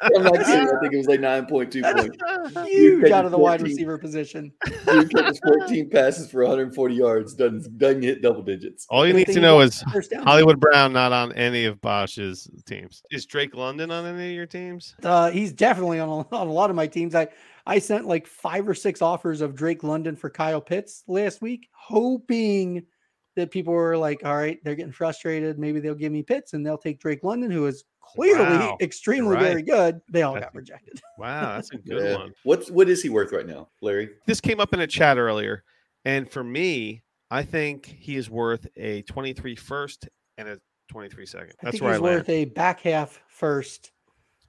I'm not kidding. I think it was like nine point two points. Huge catches out of the wide 14. receiver position. Dude catches fourteen passes for one hundred and forty yards. Doesn't doesn't hit double digits. All you Good need thing to he know got is First down. Hollywood Brown not on any of Bosch's teams. Is Drake London on any of your teams? Uh, he's definitely on a, on a lot of my teams. I I sent like five or six offers of Drake London for Kyle Pitts last week, hoping that people were like, "All right, they're getting frustrated. Maybe they'll give me Pitts and they'll take Drake London, who is clearly Wow, extremely right. very good." They all I got see. rejected. Wow, that's a good Yeah. one. What's what is he worth right now, Larry? This came up in a chat earlier. And for me, I think he is worth a 23 first and a 23 second. I That's think where I he's land. worth a back half first,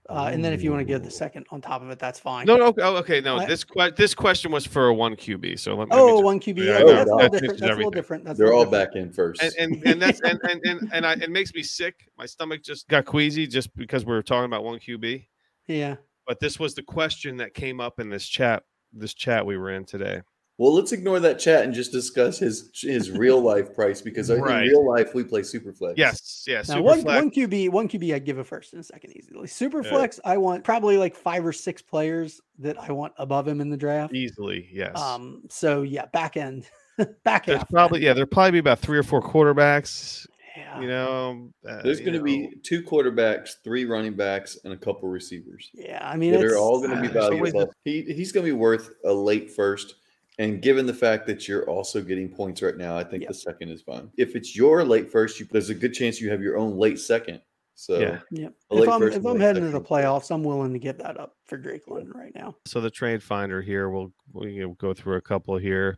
uh, and then if you want to give the Ooh. second on top of it, that's fine. No, no, oh, okay, no. I- this que- this question was for a one QB. So let, let me Oh, just- one QB. Yeah, okay, I know. That that's a little different. changes That's a little everything. different. That's a They're little all different. back in first. and and, and that's and and and, and I, it makes me sick. My stomach just got queasy just because we were talking about one QB. Yeah. But this was the question that came up in this chat. This chat we were in today. well, let's ignore that chat and just discuss his his real life price because Right. in real life we play Superflex. Yes, yes. Now, one, Superflex. one QB, one QB, I'd give a first and a second easily. Super flex, I want probably like five or six players that I want above him in the draft. easily. Yes. Um, so yeah, back end, back There's end. probably yeah. There'll probably be about three or four quarterbacks. yeah. You know, uh, There's you going to know, be two quarterbacks, three running backs, and a couple receivers. yeah, I mean, that it's, are all going to uh, be there's always valuable. He, he's going to be worth a late first. And given the fact that you're also getting points right now, I think Yeah. the second is fine. If it's your late first, you, there's a good chance you have your own late second. So Yeah. yeah. a If late I'm first if and I'm late heading to the second. playoffs, I'm willing to give that up for Drake London right now. So the trade finder here, we'll we'll go through a couple here.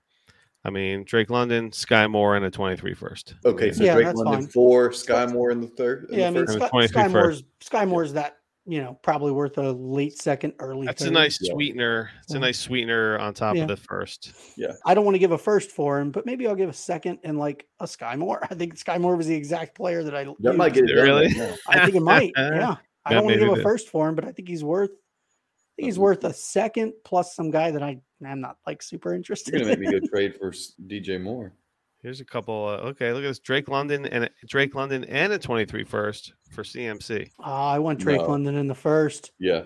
I mean, Drake London, Sky Moore, and a 23 first. Okay, so Yeah, Drake that's London fine. four, Sky Moore in the third. in Yeah, I the mean, first. first. Sky, And 23 Sky Moore's Sky Moore's that you know, probably worth a late second, early. That's a third. nice Yeah. sweetener. It's Yeah. a nice sweetener on top Yeah. of the first. I don't want to give a first for him, but maybe I'll give a second and like a Sky Moore. I think Sky Moore was the exact player that I That might used. get it done Really? right now. I think it might. Yeah. I Yeah, don't want to maybe give it a is. first for him, but I think he's worth I think he's Um, worth a second plus some guy that I I'm not like super interested You're gonna make in. me go trade for s- DJ Moore. Here's a couple. Uh, okay, look at this. Drake London and a, Drake London and a 23 first for CMC. Oh, I want Drake No. London in the first. Yeah,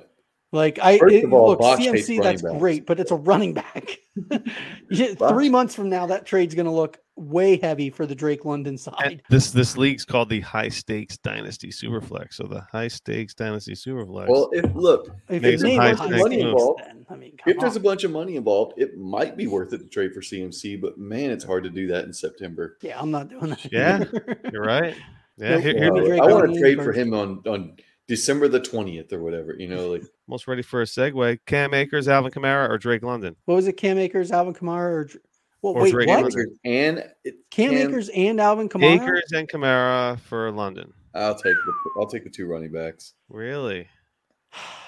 Like I First it- of all, look, Bosch hates CMC running that's backs. great, but it's a running back. yeah, Bosch- three months from now, that trade's going to look way heavy for the Drake London side. And this this league's called the High Stakes Dynasty Superflex. So the High Stakes Dynasty Superflex. Well, if look, If Make it some made high a stakes money moves. involved, then, I mean, come if there's a on. bunch of money involved, it might be worth it to trade for CMC. But man, it's hard to do that in September. yeah, I'm not doing that. Yeah, either. you're right. Yeah, Nope. here, Uh, here, me Drake I want London to in trade for first. him on on December the twentieth or whatever. You know, like almost ready for a segue. Cam Akers, Alvin Kamara, or Drake London. what was it? Cam Akers, Alvin Kamara, or Dr- well, Or wait, Drake what? London. and it, Cam, Akers and Alvin Kamara. Akers and Kamara for London. I'll take the I'll take the two running backs. Really?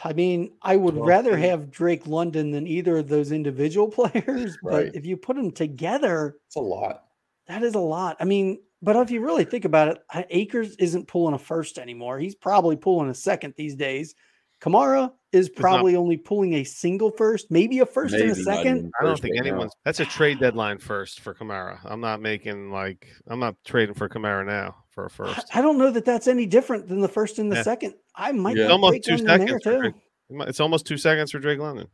I mean, I would 12 rather teams. have Drake London than either of those individual players, but Right. if you put them together, It's a lot. that is a lot. I mean, but if you really think about it, I- Akers isn't pulling a first anymore. He's probably pulling a second these days. Kamara is not. probably only pulling a single first, maybe a first and a Maybe not second. even I don't first think right now. anyone's. That's a trade deadline first for Kamara. I'm not making like I'm not trading for Kamara now for a I- first. I don't know that that's any different than the first and the Yeah. second. I might Yeah. yeah. Almost two there seconds for too. Drake. It's almost two seconds for Drake London.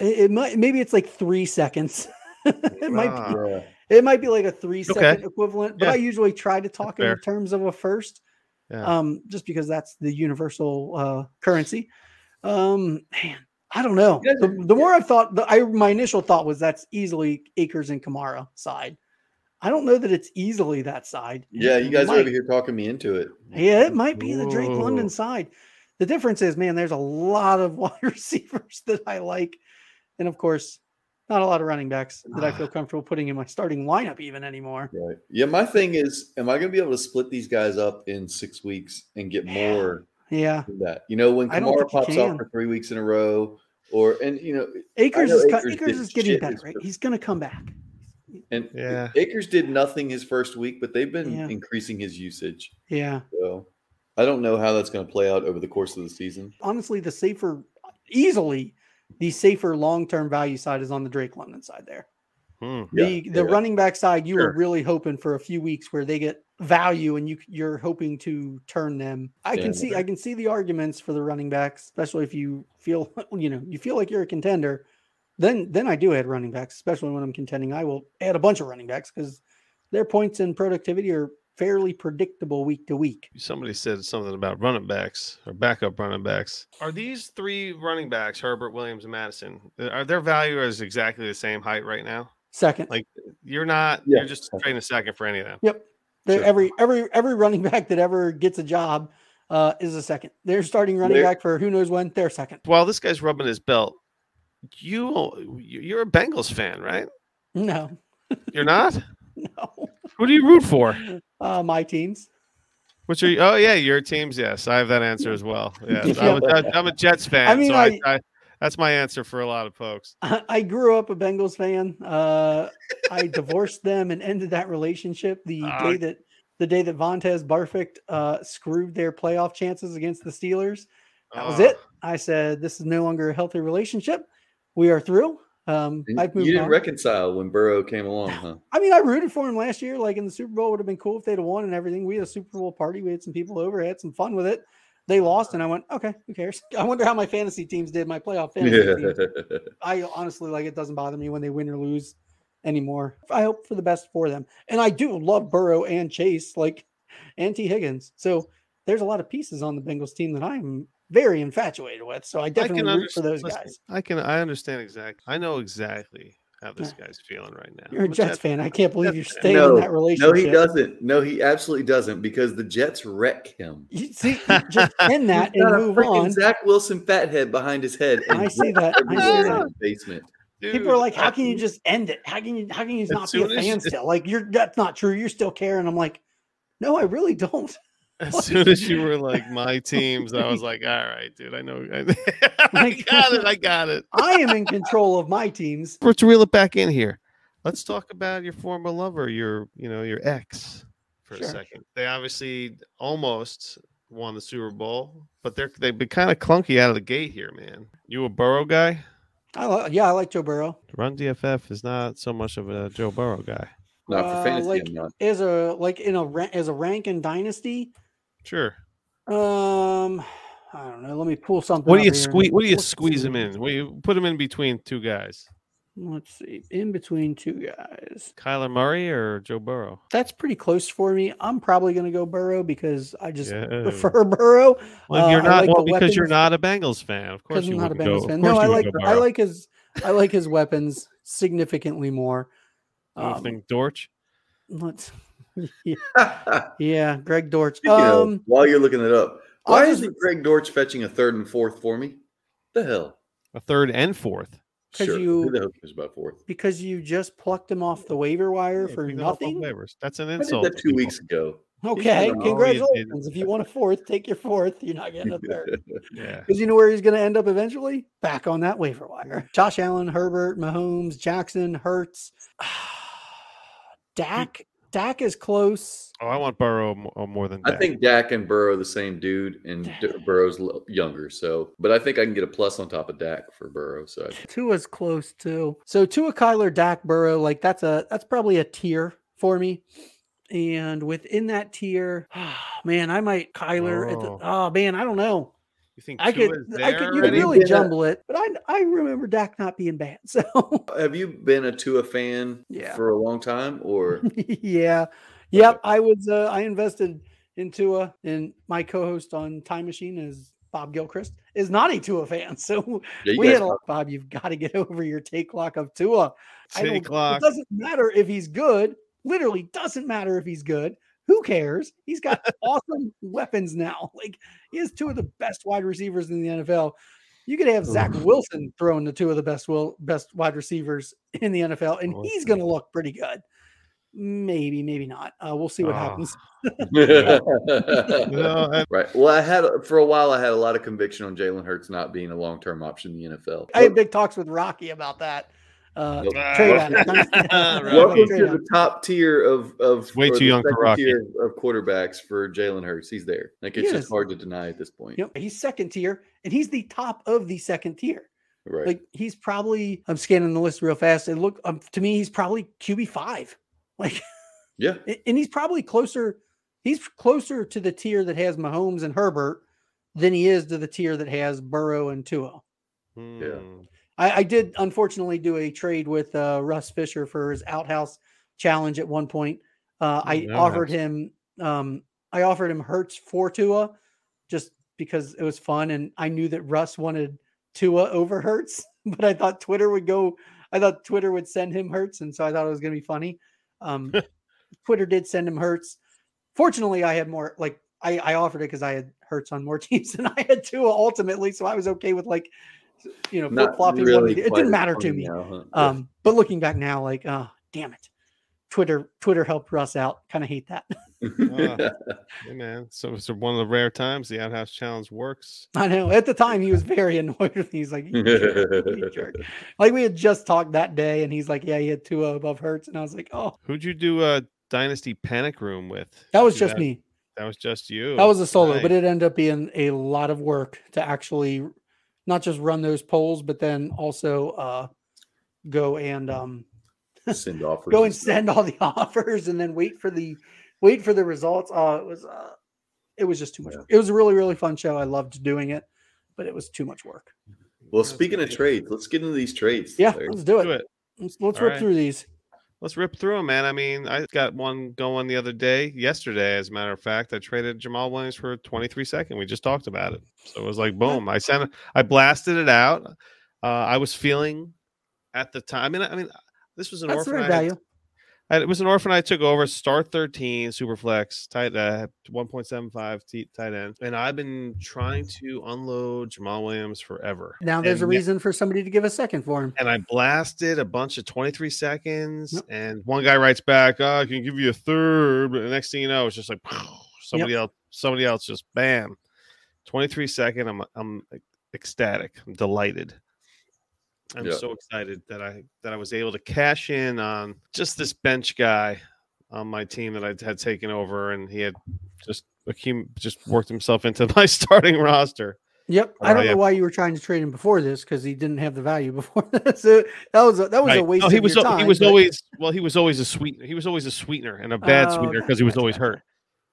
It, it might maybe it's like three seconds. it might Ah. be, Yeah. it might be like a three second equivalent, but Yeah. I usually try to talk fair. in terms of a first, Yeah. um, just because that's the universal uh, currency. Um, man, I don't know. You guys The, the more I've thought, the, I my initial thought was that's easily Acres and Kamara side. I don't know that it's easily that side. Yeah, you guys are might over here talking me into it. yeah, it might be the Drake Whoa. London side. The difference is, man, there's a lot of wide receivers that I like. And of course, not a lot of running backs that I feel comfortable putting in my starting lineup even anymore. Right. Yeah, my thing is, am I going to be able to split these guys up in six weeks and get Yeah. more Yeah. than that? You know, when I don't Kamara think you pops off can. for three weeks in a row, or and you know, Akers know is, cut Akers Akers did is getting shit his better. Right? first- He's going to come back. and Yeah. Akers did nothing his first week, but they've been Yeah. increasing his usage. Yeah. So I don't know how that's going to play out over the course of the season. Honestly, the safer, easily, the safer long term value side is on the Drake London side there. Hmm. Yeah, the the yeah. running back side, you Sure. were really hoping for a few weeks where they get value, and you c- you're hoping to turn them. I Yeah. can see I can see the arguments for the running backs, especially if you feel you know you feel like you're a contender. Then then I do add running backs, especially when I'm contending. I will add a bunch of running backs because their points and productivity are fairly predictable week to week. Somebody said something about running backs or backup running backs. Are these three running backs, Herbert, Williams, and Madison, are their value is exactly the same height right now? Second, Like- You're not. Yeah. You're just trading a second for any of them. They're sure. every every every running back that ever gets a job uh, is a second. They're starting running They're- back for who knows when. They're second. While this guy's rubbing his belt, you you're a Bengals fan, right? No, You're not. no. Who do you root for? Uh, my teams. Which are you? Oh yeah, your teams. Yes, I have that answer as well. Yes, I'm, a, I'm a Jets fan. I mean, so I, I- I, that's my answer for a lot of folks. I I grew up a Bengals fan. Uh, I divorced them and ended that relationship the Ah. day that the day that Vontez Barfict uh, screwed their playoff chances against the Steelers. That Ah. was Uh, it. I said this is no longer a healthy relationship. We are through. Um, And I've you moved didn't on. reconcile when Burrow came along, huh? I mean, I rooted for him last year. Like in the Super Bowl, would have been cool if they'd have won and everything. We had a Super Bowl party. We had some people over, had some fun with it. They lost, Ah. and I went, okay, who cares? I wonder how my fantasy teams did. My playoff fantasy teams. I honestly like it doesn't bother me when they win or lose anymore. I hope for the best for them. And I do love Burrow and Chase, like and T. Higgins. So there's a lot of pieces on the Bengals team that I'm very infatuated with. So I definitely root for understand- those listen, guys. I can. I understand exactly. I know exactly how this guy's feeling right now. You're a I'm Jets fan. I can't believe you're Jets fan. staying No, in that no, relationship. he doesn't. No, he absolutely doesn't because the Jets wreck him. You see, you just end that He's and got a move freaking on. Zach Wilson fathead behind his head. I see that. I everywhere see in that. his basement. People Dude, are like, I- "How can you just end it? How can you? How can you As not be a soon as- fan still? Like, you're that's not true. You're still caring." I'm like, "No, I really don't." As soon as you were like my teams, I was like, all right, dude, I know. I, I Like- got it. I got it. I am in control of my teams. Let's reel it back in here. Let's talk about your former lover, your you know your ex, for Sure. a second. They obviously almost won the Super Bowl, but they're they've been kind of clunky out of the gate here, man. You a Burrow guy? I li- yeah, I like Joe Burrow. Run DFF is not so much of a Joe Burrow guy. Not Uh, for fantasy, like- I'm not. As a like in a ra- as a rank in dynasty, Sure. um, I don't know. Let me pull something. What do you up here. squeeze? What do you Let's squeeze him see. in? What do you put him in between two guys? Let's see. In between two guys. Kyler Murray or Joe Burrow? That's pretty close for me. I'm probably going to go Burrow because I just Yeah. prefer Burrow. Well, Uh, you're I not like well, the because you're weapons. not a Bengals fan. Of course, because I'm you not a wouldn't go- Bengals of fan. course No, you I like wouldn't go I Burrow. like his I like his weapons significantly more. You don't Um, think Dortch. let's, yeah, yeah, Greg Dortch. Speaking of, Um, while you're looking it up, I why just- isn't Greg Dortch fetching a third and fourth for me? The hell. a third and fourth. 'Cause Sure. you- Who the hell cares about fourth? because you just plucked him off the waiver wire Yeah, for pick them up off nothing. waivers. That's an I did insult. that to two people. weeks ago. Okay, Yeah, no, congratulations. If you want a fourth, take your fourth. You're not getting a third. Yeah. Because you know where he's going to end up eventually? Back on that waiver wire. Josh Allen, Herbert, Mahomes, Jackson, Hurts. Dak. Dak is close. Oh, I want Burrow mo- oh, more than I Dak. think Dak and Burrow are the same dude, and D- Burrow's l- younger. So, but I think I can get a plus on top of Dak for Burrow. So, I, Tua's close too. So Tua, Kyler, Dak, Burrow, like that's a that's probably a tier for me. And within that tier, man, I might Kyler. At Oh. the, oh man, I don't know. you think I Tua could, is there I could, you could already? really Yeah. jumble it. But I, I remember Dak not being bad. So have you been a Tua fan Yeah. for a long time, or yeah, yep. I was, uh, I invested uh, in Tua, and my co-host on Time Machine is Bob Gilchrist is not a Tua fan. So yeah, you we guys had a Bob. You've got to get over your take clock of Tua. I City don't- It clock. doesn't matter if he's good. Literally doesn't matter if he's good. Who cares? He's got awesome weapons now. Like he has two of the best wide receivers in the NFL. You could have Zach Wilson throwing the two of the best will best wide receivers in the NFL, and he's going to look pretty good. Maybe, maybe not. Uh, we'll see what Ah. happens. No, I- right. Well, I had for a while. I had a lot of conviction on Jalen Hurts not being a long-term option in the NFL. I had big talks with Rocky about that. Uh, Nope. trade Ah. out. Rocky. Welcome Trade to out. the top tier of of way or too the young for second Rocky. tier of quarterbacks for Jalen Hurts. He's there. Like He it's is. just hard to deny at this point. Yep, he's second tier, and he's the top of the second tier. Right. Like he's probably I'm scanning the list real fast. And look um, to me, he's probably QB five. Like yeah. a- and he's probably closer, he's closer to the tier that has Mahomes and Herbert than he is to the tier that has Burrow and Tua. Hmm. I, I did unfortunately do a trade with uh, Russ Fisher for his outhouse challenge at one point. Uh, I Mm, offered him, um, I offered him Hertz for Tua, just because it was fun, and I knew that Russ wanted Tua over Hertz, but I thought Twitter would go, I thought Twitter would send him Hertz, and so I thought it was going to be funny. Um, Twitter did send him Hertz. Fortunately, I had more like I, I offered it because I had Hertz on more teams than I had Tua ultimately, so I was okay with like you know flip Not flopping. really it quite as didn't matter to funny me. now, huh? Yeah. Um, but looking back now, like, uh, damn it, Twitter Twitter helped Russ out. Kind of hate that. Ah. Hey, man, so it's one of the rare times the outhouse challenge works. I know. At the time, he was very annoyed with me. He's like, "You jerk, you jerk." like we had just talked that day, and he's like, yeah, he had two above Hertz, and I was like, oh, Who'd you do a dynasty panic room with? that was Do just that- me. That was just you. That was a solo, but Nice. it ended up being a lot of work to actually not just run those polls, but then also uh, go and um, Send off. go and send all the offers and then wait for the wait for the results. Oh, it was uh it was just too much work. It was a really, really fun show. I loved doing it, but it was too much work. Well, speaking of trades, let's get into these trades. Yeah, Larry. let's do it. Do it. Let's, let's All rip right. through these. Let's rip through them, man. I mean, I got one going the other day, yesterday, as a matter of fact. I traded Jamal Williams for 23 second. We just talked about it. So it was like, boom. I sent it, I blasted it out. Uh, I was feeling at the time. I mean, I mean, this was an That's the orphan. right I had- value. I- it was an orphan I took over, star 13, Superflex, tight uh, 1.75 t- tight end. And I've been trying to unload Jamal Williams forever. Now there's a And yet- reason for somebody to give a second for him. and I blasted a bunch of 23 seconds. Yep. And one guy writes back, oh, I can give you a third. But the next thing you know, it's just like somebody else somebody else just bam, 23 second. I'm I'm e-, ecstatic. I'm delighted. I'm Yeah. so excited that I that I was able to cash in on just this bench guy on my team that I had taken over, and he had just accum- just worked himself into my starting roster. Yep. I Oh, don't yeah. know why you were trying to trade him before this because he didn't have the value before this. So that was a, that was a Right. waste. No, he of was your al- time, he was but- always well, he was always a sweetener. He was always a sweetener and a bad Oh, sweetener gotcha, because he was gotcha, always gotcha. hurt.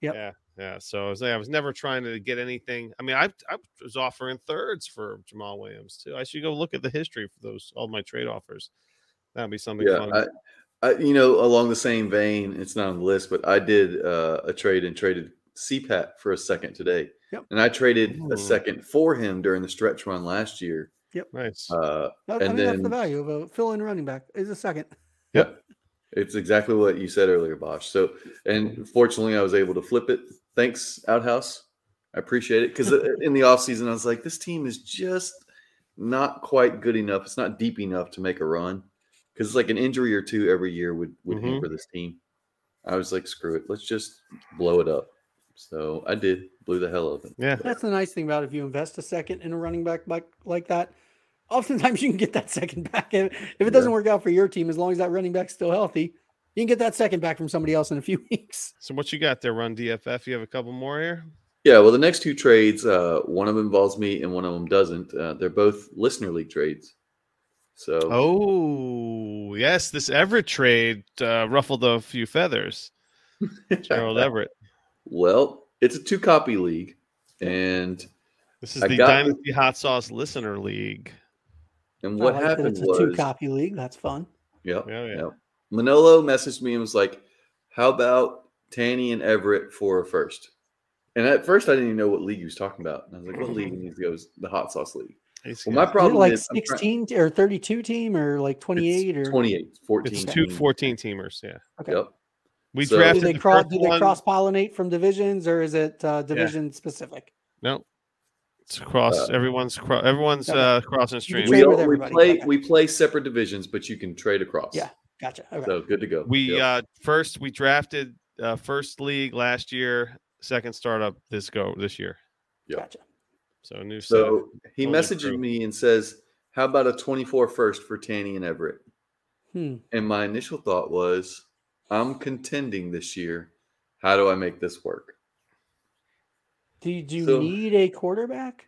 Yep. Yeah, yeah. So I was, I was never trying to get anything. I mean, I, I was offering thirds for Jamal Williams too. I should go look at the history for those all my trade offers. That'd be something yeah, fun. I, I, you know, along the same vein, it's not on the list, but I did uh, a trade and traded CPAP for a second today, Yep. and I traded Ooh. a second for him during the stretch run last year. nice. Uh, That- I and think that's the then- value of a fill in running back is a second. It's exactly what you said earlier, Bosch. So, and fortunately, I was able to flip it. Thanks, Outhouse. I appreciate it because in the offseason, I was like, this team is just not quite good enough. It's not deep enough to make a run because it's like an injury or two every year would would Mhm. hamper this team. I was like, screw it, let's just blow it up. So I did, blew the hell of it. yeah. That's the nice thing about if you invest a second in a running back like like that. Oftentimes you can get that second back if, if Yeah. it doesn't work out for your team. As long as that running back's still healthy, you can get that second back from somebody else in a few weeks. So what you got there, Run DFF? You have a couple more here. Yeah, well, the next two trades, uh, one of them involves me and one of them doesn't. Uh, they're both listener league trades. So Oh yes, this Everett trade uh, ruffled a few feathers. Gerald Everett. Well, it's a two copy league, and This is I the got- Dynasty Hot Sauce Listener League. and Oh, I what like that happened It's a two was, copy league. That's fun. yeah, Oh, Yeah, yeah. yeah. Manolo messaged me and was like, "How about Tanny and Everett for a first? And at first, I didn't even know what league he was talking about. And I was like, "What league?" And he goes, "The hot sauce league." It's- Well, my Is it problem like is, I'm trying- 16 or 32 team or like 28 it's or 28, 14. it's two teams. 14 teamers. Yeah. Okay. Yep. We So- do drafted they the cross first do they one- cross pollinate from divisions or is it uh, division specific? No. It's across Uh, everyone's cro- everyone's Okay. uh, crossing can streams. We, trade with all, we everybody. play Okay. we play separate divisions, but you can trade across. Yeah. Gotcha. Okay. So good to go. We Yep. uh, first we drafted uh, first league last year, second startup this go this year. yeah. Gotcha. So new So setup. he Totally true. messages me and says, "How about a 24 first for Tanny and Everett?" Hmm. And my initial thought was, I'm contending this year. How do I make this work? Do you, do you So- need a quarterback?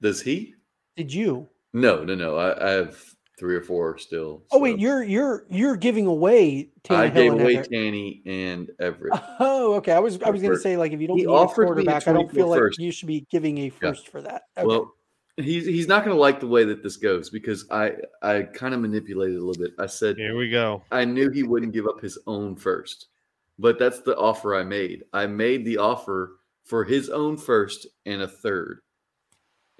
Does he? Did you? No, no, no. I, I have three or four still. Oh so. wait, you're you're you're giving away Tannehill I gave and away Everett. Tanny and Everett. Oh, okay. I was I was going to Everett. say like if you don't He need a offered me a quarterback, I don't 24 feel like first. you should be giving a first for that. Okay. Well, he's he's not going to like the way that this goes because I I kind of manipulated a little bit. I said Here we go. I knew he wouldn't give up his own first, but that's the offer I made. I made the offer for his own first and a third.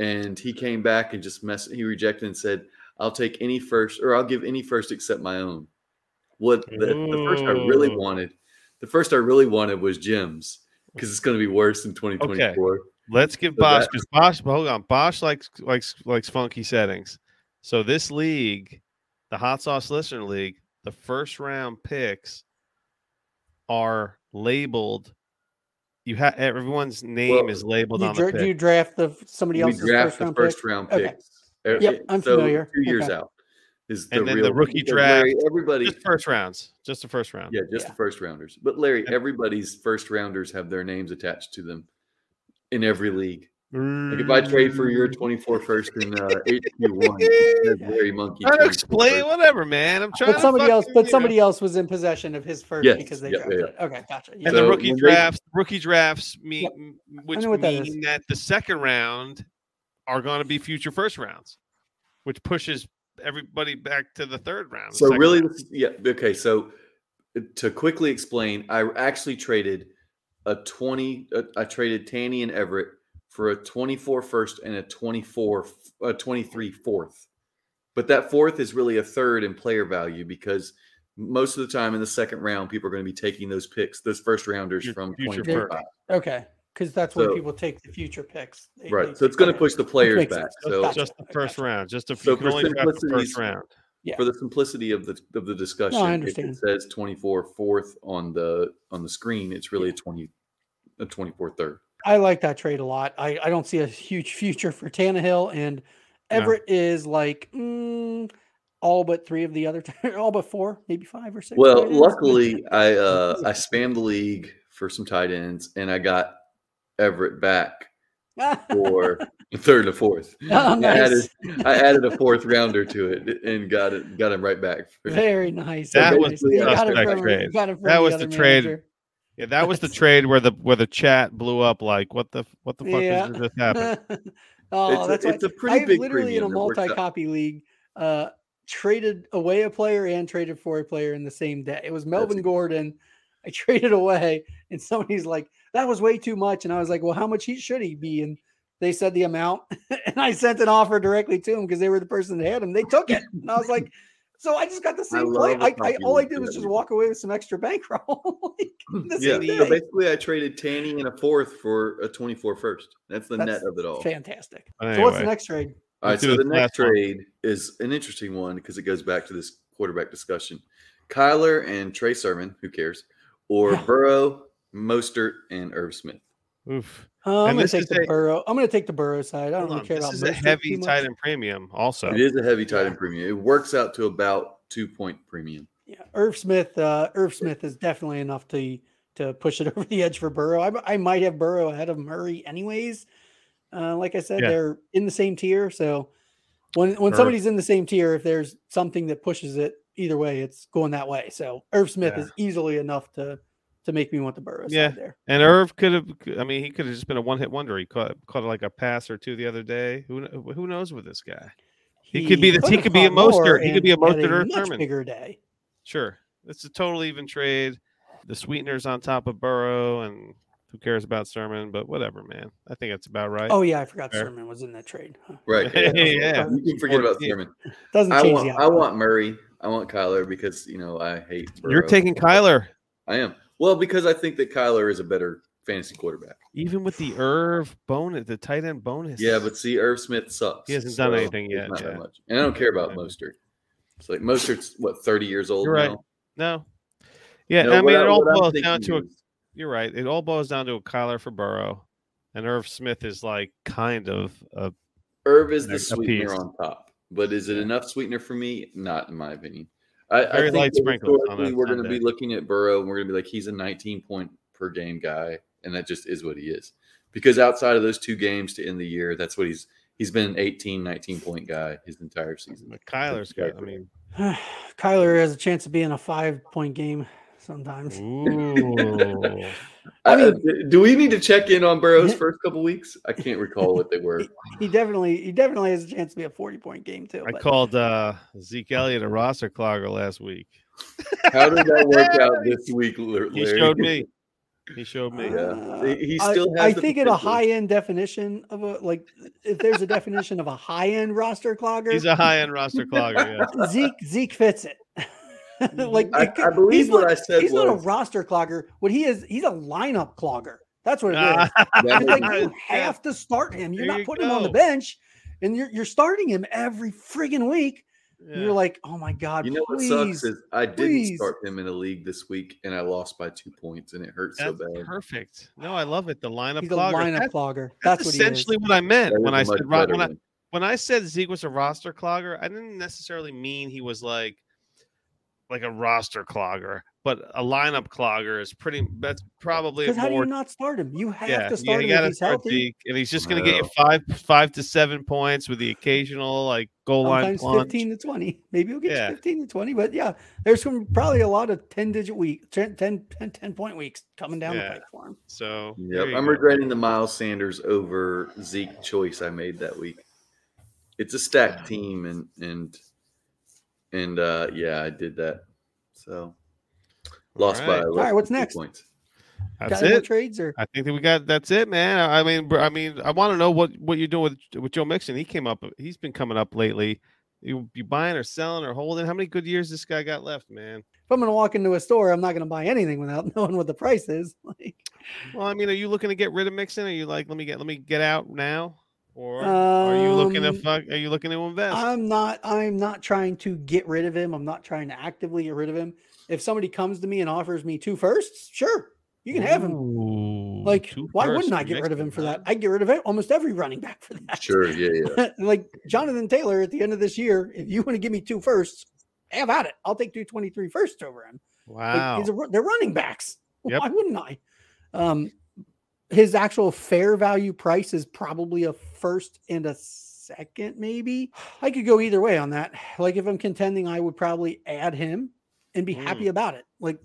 And he came back and just mess. He rejected and said, "I'll take any first, or I'll give any first except my own." What the, the first I really Ooh. wanted, the first I really wanted was Jim's because it's going to be worse in 2024. Let's give So Bosch that- because Bosch. Hold on, Bosch likes likes likes funky settings. So this league, the Hot Sauce Listener League, the first round picks are labeled. You have everyone's name Well, is labeled you on dra- the do you pick. draft the somebody We else's draft first the round first pick? round Okay. picks. Er, Yep, it- I'm so familiar. Two years Okay. out is the And then the real rookie because Larry, draft- everybody, Just first rounds. Just the first round. Yeah, just Yeah. the first rounders. But Larry, Yeah. everybody's first rounders have their names attached to them in every league. Like if I Mm, trade for your 24 first in uh, HQ1, it says Larry Monkey. Trying to 24 explain first. whatever, man. I'm trying. But somebody to else, fucking, but you know. somebody else was in possession of his first Yes, because they yeah, yeah, drafted. it. Okay, gotcha. Yeah. And So the rookie when they- drafts, rookie drafts mean Yep. m- which know what that mean that the second round are going to be future first rounds, which pushes everybody back to the third round. the So second really, round. this is- yeah. Okay, so uh, to quickly explain, I actually traded a 20. Uh, I traded Tanny and Everett for a 24 first and a 24, f- a 23 fourth. But that fourth is really a third in player value because most of the time in the second round, people are going to be taking those picks, those first rounders Your from future 25. first. Okay, because that's where So- people take the future picks. They- they Right. So it's take going to that. push the players makes back. sense. So Gotcha. just the first Gotcha. round, just if So you can for only draft the simplicity's- first round. Yeah. for the simplicity of the of the discussion, if understand. it says 24 fourth on the on the screen, it's really a 20 a 24th third. I like that trade a lot. I, I don't see a huge future for Tannehill, and No. Everett is like mm, all but three of the other, all but four, maybe five or six. Well, tight ends. luckily I uh I spammed the league for some tight ends and I got Everett back for the third and fourth. Oh, I nice. added I added a fourth rounder to it and got it got him right back. for- Very nice. That very was nice. the You got it suspect from- you trade. got it from That was the other trade. manager. Yeah, that was the That's- trade where the where the chat blew up. Like, what the what the fuck Yeah. is this happened? oh, it's, that's a, why it's a I pretty have big literally in premium. a It works out. multi-copy league uh, traded away a player and traded for a player in the same day. It was Melvin it. Gordon. I traded away, and somebody's like, "That was way too much," and I was like, "Well, how much he should he be?" And they said the amount, and I sent an offer directly to him because they were the person that had him. They took it, and I was like. So I just got the same play. love a I, I, copy all I league did for was that just reason. walk away with some extra bankroll. like, the Yeah, same so day. basically I traded Tanny and a fourth for a 24 first. That's the That's net of it all. fantastic. But anyway, So what's the next trade? All right, Let's do so the this next last one. trade is an interesting one because it goes back to this quarterback discussion. Kyler and Trey Sermon, who cares? Or Yeah. Burrow, Mostert, and Irv Smith. oof. Uh, I'm And going this to take is the a- Burrow. I'm going to take the Burrow side. I don't Hold really on, care this about is a Mostert heavy too much. tight end premium. Also, It is a heavy tight Yeah. end premium. It works out to about two point premium. Yeah, Irv Smith. Uh, Irv Smith is definitely enough to to push it over the edge for Burrow. I, I might have Burrow ahead of Murray, anyways. Uh, like I said, Yeah. they're in the same tier. So when when Irv. somebody's in the same tier, if there's something that pushes it either way, it's going that way. So Irv Smith Yeah. is easily enough to to make me want the Burrow Yeah. side there. and Irv could have. I mean, he could have just been a one hit wonder. He caught caught like a pass or two the other day. Who kn- who knows with this guy? He could be the- he have could be a caught more Mostert. He could and be a had Mostert or a much Sermon. bigger day. Sure, it's a total even trade. The sweeteners on top of Burrow, and who cares about Sermon? But whatever, man. I think that's about right. Oh yeah, I forgot Fair. Sermon was in that trade. Huh. Right. yeah, yeah. yeah. You can forget about Yeah. Sermon. Doesn't I change want the I outcome. want Murray. I want Kyler because you know I hate Burrow. You're taking Kyler, I am. Well, because I think that Kyler is a better fantasy quarterback. even with the Irv bonus, the tight end bonus. Yeah, but see, Irv Smith sucks. He hasn't done anything it's yet, Not that yeah. much. And I don't care about Yeah. Mostert. It's like Mostert's what thirty years old. You're right. now? no. Yeah, No, I what mean, it all what I'm boils down thinking to a is- you're right. It all boils down to a Kyler for Burrow, and Irv Smith is like kind of a Irv is the There's a sweetener piece. on top, but is it enough sweetener for me? Not in my opinion. I, I Very think light that sprinkles on historically that we're going to Sunday. be looking at Burrow and we're going to be like, he's a 19 point per game guy, and that just is what he is. Because outside of those two games to end the year, that's what he's he's been an 18, 19 point guy his entire season. but Kyler's got. I mean, Kyler has a chance of being a five point game sometimes. ooh, I I mean- mean, Uh, do we need to check in on Burrow's first couple weeks? I can't recall what they were. He definitely he definitely has a chance to be a 40 point game too. I but called uh, Zeke Elliott a roster clogger last week. How did that work out this week? Lar- He Larry? showed me. He showed me. Yeah, he- he Uh, I- still I, has the think in a potential. high end definition of a like if there's a definition of a high end roster clogger, He's a high end roster clogger. Yeah. Zeke Zeke fits it. like I, it c- I believe he's what not, I said he's was not a roster clogger. What he is, he's a lineup clogger. That's what it is. Ah, that It's like makes- Yeah. you have to start him. You're There not you putting him on the go. bench, and you're you're starting him every friggin' week. yeah. You're like, oh my god, You know please. what sucks is I didn't please. start him in a league this week, and I lost by two points, and it hurt so That's bad. perfect. No, I love it. The lineup He's a clogger. lineup That's- clogger. that's, That's, what essentially he what I meant That when is a I much said ro- better when I, one. when I said Zeke was a roster clogger, I didn't necessarily mean he was like like a roster clogger, but a lineup clogger is pretty. That's probably is. a Because how do more you not start him? You have yeah. to you start him if gotta he's start healthy. Zeke, and he's just going to get you five five to seven points with the occasional like goal line Sometimes plunge. fifteen to twenty. Maybe he'll get you Yeah. fifteen to twenty. But yeah, there's some probably a lot of ten digit week, 10, 10, 10, 10 point weeks coming down Yeah. the pipe for him. So there Yep, you I'm go. regretting the Miles Sanders over Zeke choice I made that week. It's a stacked team, and and and uh yeah, I did that. So lost All by right. less All right, than what's two next? points. That's Got any more it. trades or I think that we got that's it, man. I I mean, br- I mean, I want to know what what you're doing with with Joe Mixon. He came up, he's been coming up lately. You, you buying or selling or holding? How many good years this guy got left, man? if I'm gonna walk into a store, I'm not gonna buy anything without knowing what the price is. Like Well, I mean, are you looking to get rid of Mixon? Are you like, let me get let me get out now, or are you looking to Um, uh, fuck? Are you looking to invest? I'm not I'm not trying to get rid of him. I'm not trying to actively get rid of him. If somebody comes to me and offers me two firsts, sure, you can have him. Like, why wouldn't I get rid of him for that? I'd get rid of it, almost every running back for that. Sure, yeah, yeah. like Jonathan Taylor at the end of this year, if you want to give me two firsts, have at it. I'll take 223 firsts over him. Like, Wow. these are- they're running backs. Yep. Why wouldn't I? Um, his actual fair value price is probably a first and a second, maybe. I could go either way on that. Like if I'm contending, I would probably add him and be Hmm. happy about it. Like,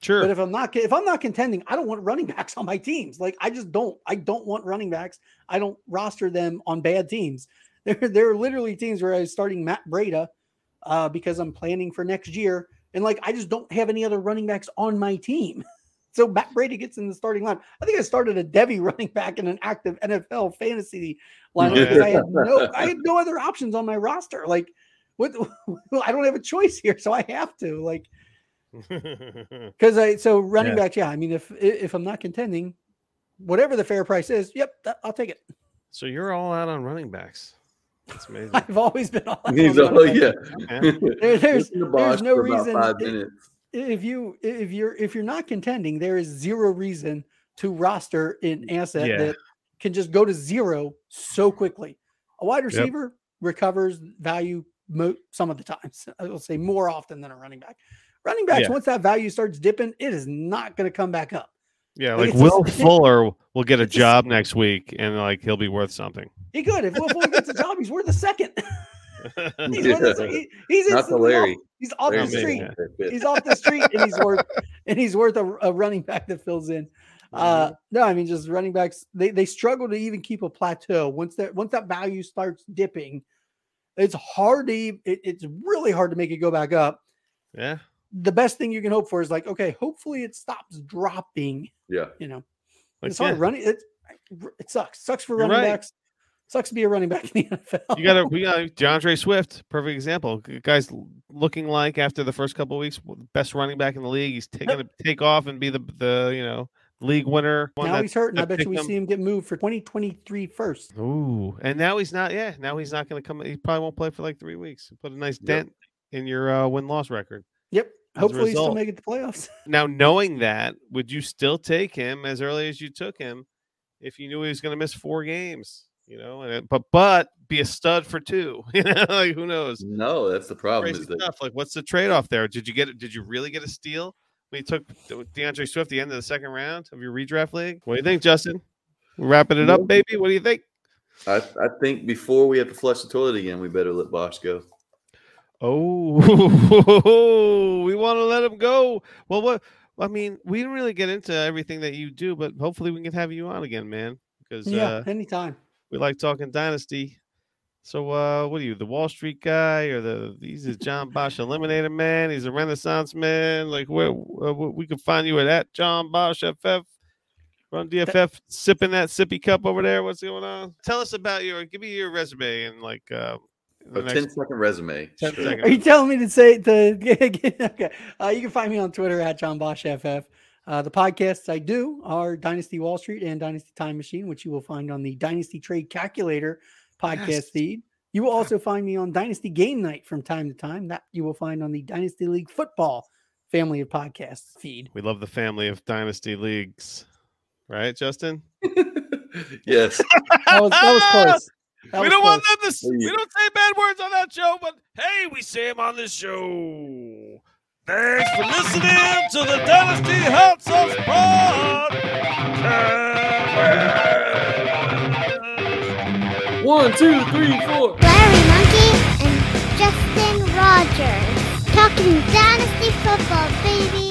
sure. but if I'm not, if I'm not contending, I don't want running backs on my teams. Like I just don't. I don't want running backs. I don't roster them on bad teams. There, there are literally teams where I was starting Matt Breda uh, because I'm planning for next year, and like I just don't have any other running backs on my team. So Matt Brady gets in the starting line. I think I started a Devi running back in an active NFL fantasy line Yeah. because I had no, I had no other options on my roster. Like, what? I don't have a choice here, so I have to. Like, because I so running Yeah. back, yeah. I mean, if i- if I'm not contending, whatever the fair price is, yep, that, I'll take it. so you're all out on running backs. That's amazing. I've always been on. He's on all, running yeah. back. Yeah. There- there's in the there's box no for about reason five it- minutes. if you if you're if you're not contending, there is zero reason to roster an asset Yeah. that can just go to zero so quickly. A wide Yep. receiver recovers value mo- some of the times. I will say more often than a running back. Running backs, Yeah. once that value starts dipping, it is not going to come back up. Yeah, Like, like it's a Will sti- Fuller will get a it's a s- job next week, and like he'll be worth something. He could. If Will Fuller gets a job, he's worth a second. He's, Yeah. worth a, he, he's Not the instantly off- Larry. He's off Larry the Larry's Maybe, street. yeah. He's off the street, and he's worth and he's worth a, a running back that fills in. Mm-hmm. Uh, no, I mean just running backs. They they struggle to even keep a plateau once that once that value starts dipping. It's hard to e- it, it's really hard to make it go back up. yeah. The best thing you can hope for is like okay, hopefully it stops dropping. Yeah. You know, Like, it's hard yeah. running. It it sucks. Sucks for You're running right. backs. Sucks to be a running back in the NFL. You got to we got DeAndre Swift, perfect example. G- Guys l- looking like after the first couple weeks, w- best running back in the league. He's taking to take off and be the the you know league winner. one now that- he's hurting. that I bet you picked we him. see him get moved for 2023 first. Ooh, and now he's not. Yeah, now he's not going to come. He probably won't play for like three weeks. Put a nice Yep. dent in your uh, win loss record. Yep. a Hopefully, he still result. make it to playoffs. Now knowing that, would you still take him as early as you took him if you knew he was going to miss four games? You know, and it- but but be a stud for two. You know, like who knows? No, that's the problem. Crazy Is that stuff. Like, what's the trade off there? Did you get? it? Did you really get a steal? We took De- DeAndre Swift the end of the second round of your redraft league. What do you think, Justin? Wrapping it up, baby. What do you think? I, I think before we have to flush the toilet again, we better let Bosch go. Oh, we want to let him go. Well, what? I mean, we didn't really get into everything that you do, but hopefully we can have you on again, man, because yeah. uh, anytime. we like talking dynasty. So, uh, what are you, the Wall Street guy or the? He's a John Bosch Eliminator man. He's a Renaissance man. Like where, uh, wh- we can find you at, at John Bosch FF. Run DFF, sipping that sippy cup over there. What's going on? Tell us about your. Give me your resume and like. Uh, in A the 10 next second resume. 10 Sure. seconds. Are you telling me to say to okay? Uh, you can find me on Twitter at John Bosch FF. Uh, the podcasts I do are Dynasty Wall Street and Dynasty Time Machine, which you will find on the Dynasty Trade Calculator podcast Yes. feed. You will also find me on Dynasty Game Night from time to time. That you will find on the Dynasty League Football family of podcasts feed. We love the family of dynasty leagues, right, Justin? yes. That was, that was close. That we was don't want close. them to. s- We Hey. don't say bad words on that show, but hey, we say them on this show. Thanks for listening to the Dynasty Hot Sauce Podcast. One, two, three, four. Larry Monkey and Justin Rogers talking dynasty football, baby.